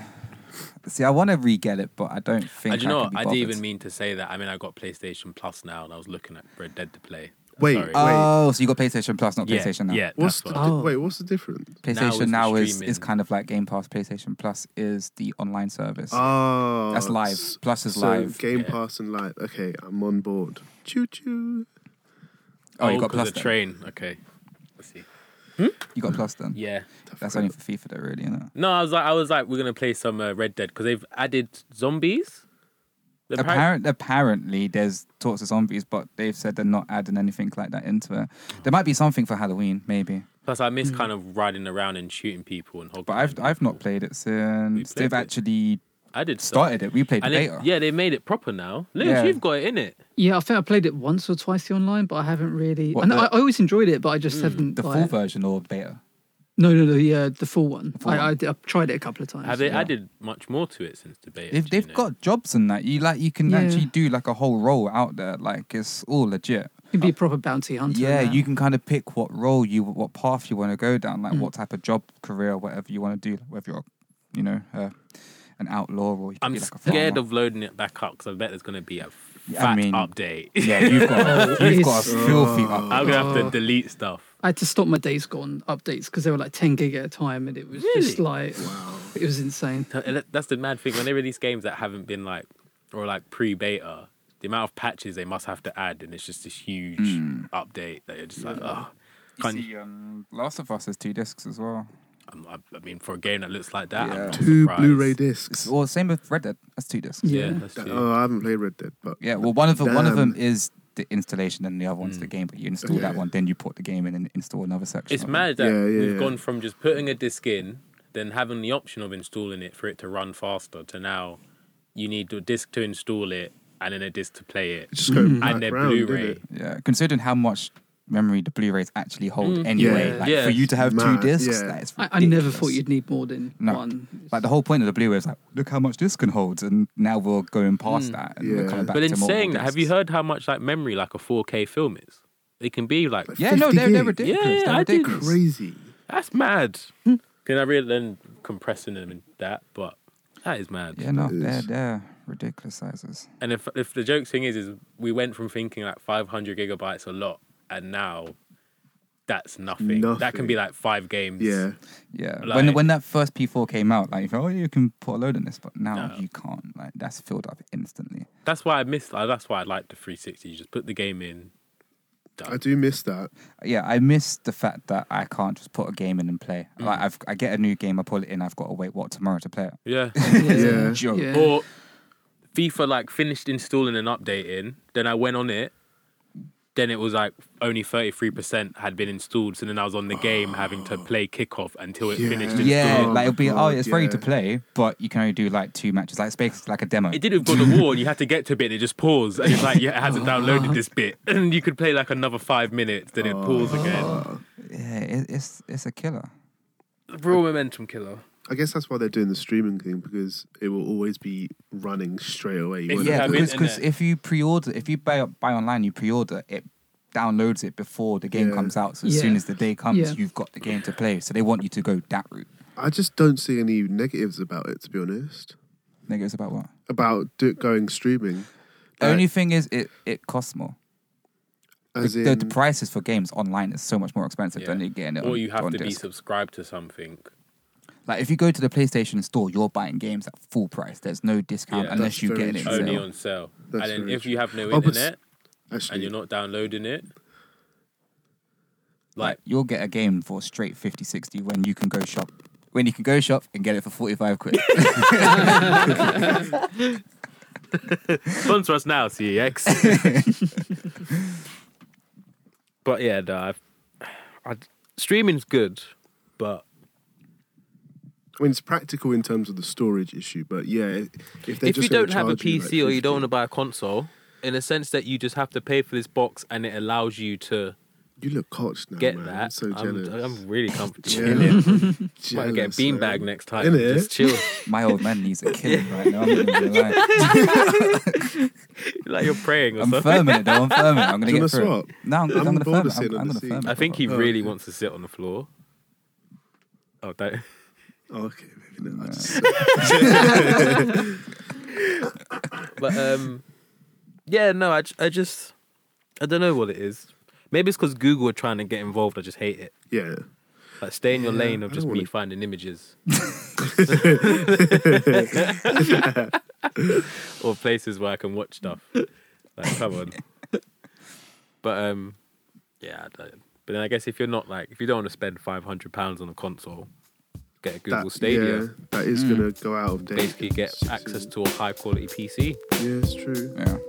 [SPEAKER 3] See, I want to re-get it, but I don't think.
[SPEAKER 2] And do you know
[SPEAKER 3] I,
[SPEAKER 2] what?
[SPEAKER 3] can be
[SPEAKER 2] I
[SPEAKER 3] bothered.
[SPEAKER 2] didn't even mean to say that. I mean, I got PlayStation Plus now, and I was looking at Red Dead to play.
[SPEAKER 1] Wait,
[SPEAKER 2] Sorry.
[SPEAKER 1] uh,
[SPEAKER 3] Oh, so you got PlayStation Plus, not
[SPEAKER 2] yeah,
[SPEAKER 3] PlayStation Now.
[SPEAKER 2] Yeah,
[SPEAKER 1] What's
[SPEAKER 2] that's
[SPEAKER 1] the,
[SPEAKER 2] what.
[SPEAKER 4] Oh.
[SPEAKER 1] Wait, what's the difference?
[SPEAKER 3] PlayStation
[SPEAKER 2] the
[SPEAKER 3] Now is, is
[SPEAKER 2] streaming.
[SPEAKER 3] kind of like Game Pass. PlayStation Plus is the online service.
[SPEAKER 2] Ah,
[SPEAKER 1] Oh,
[SPEAKER 3] That's live.
[SPEAKER 1] s-
[SPEAKER 3] Plus is
[SPEAKER 1] so
[SPEAKER 3] live.
[SPEAKER 1] Game
[SPEAKER 2] Yeah.
[SPEAKER 1] Pass and live. Okay, I'm on board. Choo choo.
[SPEAKER 3] oh, you got
[SPEAKER 2] 'cause
[SPEAKER 3] Plus.
[SPEAKER 2] of
[SPEAKER 3] Then.
[SPEAKER 2] train. Okay. Let's see.
[SPEAKER 3] You got Plus then.
[SPEAKER 2] Yeah.
[SPEAKER 3] That's only for FIFA, though, really, isn't it?
[SPEAKER 2] No, I was like, I was like, we're gonna play some uh, Red Dead because they've added zombies. The par-
[SPEAKER 3] Apparent, apparently, there's talks of zombies, but they've said they're not adding anything like that into it. There might be something for Halloween, maybe,
[SPEAKER 2] Plus, I miss kind of riding around and shooting people and hobbling.
[SPEAKER 3] Hmm. but I've I've not played it since
[SPEAKER 2] played
[SPEAKER 3] they've
[SPEAKER 2] it.
[SPEAKER 3] actually
[SPEAKER 2] I did some.
[SPEAKER 3] started it. We played the
[SPEAKER 2] And they-
[SPEAKER 3] beta.
[SPEAKER 2] yeah, they made it proper now. Look,
[SPEAKER 3] Yeah.
[SPEAKER 2] you've got it in it.
[SPEAKER 4] Yeah, I think I played it once or twice the online, but I haven't really.
[SPEAKER 3] What,
[SPEAKER 4] I, know,
[SPEAKER 3] the-
[SPEAKER 4] I I always enjoyed it, but I
[SPEAKER 2] Mm.
[SPEAKER 4] just haven't.
[SPEAKER 3] The full
[SPEAKER 4] like-
[SPEAKER 3] version or beta?
[SPEAKER 4] No, no, no, the uh, the full one.
[SPEAKER 3] full
[SPEAKER 4] I,
[SPEAKER 3] one.
[SPEAKER 4] I, did- I tried it a couple of times.
[SPEAKER 2] Have they
[SPEAKER 3] Yeah.
[SPEAKER 2] added much more to it since the beta?
[SPEAKER 3] If
[SPEAKER 2] do you
[SPEAKER 3] they've
[SPEAKER 2] know?
[SPEAKER 3] got jobs and that, you like you can
[SPEAKER 4] Yeah.
[SPEAKER 3] actually do like a whole role out there. Like it's all legit.
[SPEAKER 4] You can be a proper bounty hunter.
[SPEAKER 3] Yeah,
[SPEAKER 4] and that.
[SPEAKER 3] you can kind of pick what role you, what path you want to go down, like what type of job, career, whatever you want to do. Whether you're, you know, uh, an outlaw or you can
[SPEAKER 2] I'm
[SPEAKER 3] be like a
[SPEAKER 2] scared
[SPEAKER 3] farmer.
[SPEAKER 2] of loading it back up because I bet there's going to be a
[SPEAKER 3] Yeah,
[SPEAKER 2] fat
[SPEAKER 3] I mean-
[SPEAKER 2] update.
[SPEAKER 3] Yeah, you've got
[SPEAKER 4] it
[SPEAKER 3] you've
[SPEAKER 4] is-
[SPEAKER 3] got a filthy up.
[SPEAKER 2] I'm going to have to
[SPEAKER 4] Oh.
[SPEAKER 2] delete stuff.
[SPEAKER 4] I had to stop my days gone updates because they were like ten gig at a time, and it was just like it was insane.
[SPEAKER 2] And that- That's the mad thing. When they release games that haven't been like, or like pre beta, the amount of patches they must have to add, and it's just this huge
[SPEAKER 1] Hmm.
[SPEAKER 2] update that you're just like, oh.
[SPEAKER 3] You
[SPEAKER 2] Can't,
[SPEAKER 3] see, um, Last of Us has two discs as well.
[SPEAKER 2] I'm- I I mean, for a game that looks like that,
[SPEAKER 3] Yeah.
[SPEAKER 2] I'm not
[SPEAKER 1] Two
[SPEAKER 2] surprised.
[SPEAKER 1] Blu-ray discs.
[SPEAKER 3] Well, same with Red Dead. That's two discs.
[SPEAKER 2] Yeah,
[SPEAKER 4] Yeah.
[SPEAKER 2] that's true.
[SPEAKER 1] Oh, I haven't played Red Dead, but
[SPEAKER 3] Yeah, well, one of the, one of them
[SPEAKER 1] Damn.
[SPEAKER 3] is the installation, and the other one's the game. But you install that
[SPEAKER 1] Okay.
[SPEAKER 3] one, then you put the game in and install another section.
[SPEAKER 2] Mm. It's
[SPEAKER 3] of it.
[SPEAKER 2] mad that
[SPEAKER 1] Yeah, yeah,
[SPEAKER 2] we've
[SPEAKER 1] yeah.
[SPEAKER 2] gone from just putting a disc in, then having the option of installing it for it to run faster, to now you need a disc to install it and then a disc to play it.
[SPEAKER 1] it's just go
[SPEAKER 2] And
[SPEAKER 1] back
[SPEAKER 2] their
[SPEAKER 1] round, isn't
[SPEAKER 2] Blu-ray.
[SPEAKER 1] it?
[SPEAKER 3] Yeah, considering how much memory the Blu-rays actually hold anyway.
[SPEAKER 1] Yeah.
[SPEAKER 3] Like
[SPEAKER 2] Mm. Yeah.
[SPEAKER 3] for you to have
[SPEAKER 1] Mad,
[SPEAKER 3] two discs,
[SPEAKER 1] yeah.
[SPEAKER 3] that is
[SPEAKER 4] I, I never
[SPEAKER 3] ridiculous.
[SPEAKER 4] thought you'd need more than
[SPEAKER 3] No.
[SPEAKER 4] one.
[SPEAKER 3] Like the whole point of the Blu-ray is like, look how much this can hold, and now we're going past that. And we're
[SPEAKER 1] Yeah.
[SPEAKER 3] coming back
[SPEAKER 2] Mm. but
[SPEAKER 3] to
[SPEAKER 2] in
[SPEAKER 3] multiple
[SPEAKER 2] saying that, have you
[SPEAKER 3] discs.
[SPEAKER 2] heard how much like memory like a 4K film is? It can be like
[SPEAKER 3] Yeah, no,
[SPEAKER 1] 50
[SPEAKER 3] they're, they're
[SPEAKER 1] gig?
[SPEAKER 3] ridiculous.
[SPEAKER 2] Yeah,
[SPEAKER 3] they're
[SPEAKER 2] I did.
[SPEAKER 3] ridiculous.
[SPEAKER 1] Crazy.
[SPEAKER 2] that's mad.
[SPEAKER 3] Hmm.
[SPEAKER 2] Can I really then compressing them and that? But that is mad.
[SPEAKER 3] Yeah, no,
[SPEAKER 1] It
[SPEAKER 3] they're
[SPEAKER 1] is.
[SPEAKER 3] they're ridiculous sizes.
[SPEAKER 2] And if if the joke thing is, is we went from thinking like 500 gigabytes a lot, and now that's nothing. That can
[SPEAKER 1] Nothing.
[SPEAKER 2] be like five games.
[SPEAKER 1] Yeah.
[SPEAKER 3] Yeah. when
[SPEAKER 2] Like-
[SPEAKER 3] when that first P4 came out, like you thought, oh, you can put a load in this, but now
[SPEAKER 2] No.
[SPEAKER 3] you can't. Like that's filled up instantly.
[SPEAKER 2] That's why I missed. Like, that's why I like the 360. You just put the game in. Done.
[SPEAKER 1] I do miss that.
[SPEAKER 3] Yeah, I miss the fact that I can't just put a game in and play.
[SPEAKER 1] Mm.
[SPEAKER 3] Like I've, I get a new game, I pull it in, I've got to wait what tomorrow to play it.
[SPEAKER 2] Yeah.
[SPEAKER 1] Yeah.
[SPEAKER 3] Joke.
[SPEAKER 4] Yeah.
[SPEAKER 2] Or FIFA like finished installing and updating. Then I went on it. Then it was like only 33% had been installed. So then I was on the game having to play kickoff until it
[SPEAKER 1] Yeah.
[SPEAKER 2] finished installing.
[SPEAKER 3] Yeah,
[SPEAKER 1] Oh my
[SPEAKER 3] like it'll be oh,
[SPEAKER 1] God,
[SPEAKER 3] it's ready to
[SPEAKER 1] yeah.
[SPEAKER 3] play, but you can only do like two matches. Like it's basically like a demo.
[SPEAKER 2] It did with God of War. and You had to get to a bit and it just paused. And it's like, yeah, it hasn't downloaded this bit. And you could play like another five minutes, then it pause
[SPEAKER 1] Oh.
[SPEAKER 2] again.
[SPEAKER 3] Yeah, it, it's it's a killer.
[SPEAKER 2] Raw momentum killer.
[SPEAKER 1] I guess that's why they're doing the streaming thing because it will always be running straight away.
[SPEAKER 2] It's
[SPEAKER 1] won't
[SPEAKER 2] like
[SPEAKER 3] Yeah,
[SPEAKER 1] it?
[SPEAKER 2] having
[SPEAKER 3] because
[SPEAKER 2] internet.
[SPEAKER 3] cause if you pre-order, if you buy buy online, you pre-order it downloads it before the game
[SPEAKER 1] Yeah.
[SPEAKER 3] comes out. So as
[SPEAKER 4] Yeah.
[SPEAKER 3] soon as the day comes,
[SPEAKER 4] Yeah.
[SPEAKER 3] you've got the game to play. So they want you to go that route.
[SPEAKER 1] I just don't see any negatives about it, to be honest.
[SPEAKER 3] Negatives about what?
[SPEAKER 1] About do- going streaming.
[SPEAKER 3] The
[SPEAKER 1] Like,
[SPEAKER 3] only thing is, it it costs more. The,
[SPEAKER 1] as
[SPEAKER 3] the-
[SPEAKER 1] in-
[SPEAKER 3] the prices for games online is so much more expensive than
[SPEAKER 2] Yeah.
[SPEAKER 3] you get in it.
[SPEAKER 2] Or
[SPEAKER 3] on-
[SPEAKER 2] you have
[SPEAKER 3] on
[SPEAKER 2] to be
[SPEAKER 3] disc.
[SPEAKER 2] subscribed to something.
[SPEAKER 3] like if you go to the PlayStation store, you're buying games at full price. There's no discount
[SPEAKER 2] Yeah.
[SPEAKER 3] unless
[SPEAKER 1] That's
[SPEAKER 3] you
[SPEAKER 1] very
[SPEAKER 3] get it. in
[SPEAKER 1] true.
[SPEAKER 2] Only
[SPEAKER 3] sale.
[SPEAKER 2] on sale.
[SPEAKER 1] That's
[SPEAKER 2] and then
[SPEAKER 1] very
[SPEAKER 2] if you have no
[SPEAKER 1] Oh, but s-
[SPEAKER 2] internet
[SPEAKER 1] actually,
[SPEAKER 2] and you're not downloading it, like
[SPEAKER 3] Like you'll get a game for straight 50, 60 when you can go shop. When you can go shop and get it for 45 quid.
[SPEAKER 2] sponsor us now, E CEX. but yeah, no, I've, I, streaming's good, but
[SPEAKER 1] I mean, it's practical in terms of the storage issue, but yeah, if they
[SPEAKER 2] if you
[SPEAKER 1] just
[SPEAKER 2] don't have a
[SPEAKER 1] charge you, like,
[SPEAKER 2] PC or you don't want to
[SPEAKER 1] 50,
[SPEAKER 2] buy a console, in a sense that you just have to pay for this box and it allows you to
[SPEAKER 1] you look cocked now,
[SPEAKER 2] get
[SPEAKER 1] Oh, man.
[SPEAKER 2] that.
[SPEAKER 1] I'm so jealous.
[SPEAKER 2] I'm, I'm really comfortable.
[SPEAKER 1] Chilling.
[SPEAKER 2] Might
[SPEAKER 1] jealous,
[SPEAKER 2] get a beanbag
[SPEAKER 1] man.
[SPEAKER 2] next time.
[SPEAKER 1] Innit?
[SPEAKER 2] Just chill.
[SPEAKER 3] My old man needs a killing right now. I'm, not gonna lie.
[SPEAKER 2] like you're praying or
[SPEAKER 3] I'm
[SPEAKER 2] something.
[SPEAKER 3] firming it though. I'm firming. it. I'm gonna
[SPEAKER 1] Do you
[SPEAKER 3] get
[SPEAKER 1] wanna
[SPEAKER 3] through.
[SPEAKER 1] swap?
[SPEAKER 3] It. No, I'm, I'm,
[SPEAKER 1] I'm
[SPEAKER 3] gonna
[SPEAKER 1] bored
[SPEAKER 3] firm
[SPEAKER 1] of
[SPEAKER 3] it.
[SPEAKER 1] seeing
[SPEAKER 3] I'm, I'm
[SPEAKER 1] it
[SPEAKER 3] gonna
[SPEAKER 1] this
[SPEAKER 3] firm it.
[SPEAKER 1] evening.
[SPEAKER 2] I think he
[SPEAKER 1] Oh,
[SPEAKER 2] really
[SPEAKER 1] okay.
[SPEAKER 2] wants to sit on the floor. Oh, don't.
[SPEAKER 1] Oh, okay, maybe not. I
[SPEAKER 3] No.
[SPEAKER 1] just- uh,
[SPEAKER 2] But um, yeah, no, I, j- I just I don't know what it is. Maybe it's because Google are trying to get involved. I just hate it.
[SPEAKER 1] yeah,
[SPEAKER 2] Like stay in your
[SPEAKER 1] Yeah,
[SPEAKER 2] lane
[SPEAKER 1] I
[SPEAKER 2] of
[SPEAKER 1] don't
[SPEAKER 2] just me
[SPEAKER 1] wanna-
[SPEAKER 2] finding images or places where I can watch stuff. Like, come on. But um, yeah. I don't- But then I guess if you're not like if you don't want to spend five hundred pounds on a console, get a Google
[SPEAKER 1] that,
[SPEAKER 2] Stadia.
[SPEAKER 1] yeah, that is gonna go out of date.
[SPEAKER 2] Basically, get
[SPEAKER 1] soon.
[SPEAKER 2] access to a high quality PC.
[SPEAKER 1] Yeah, it's true.
[SPEAKER 3] Yeah.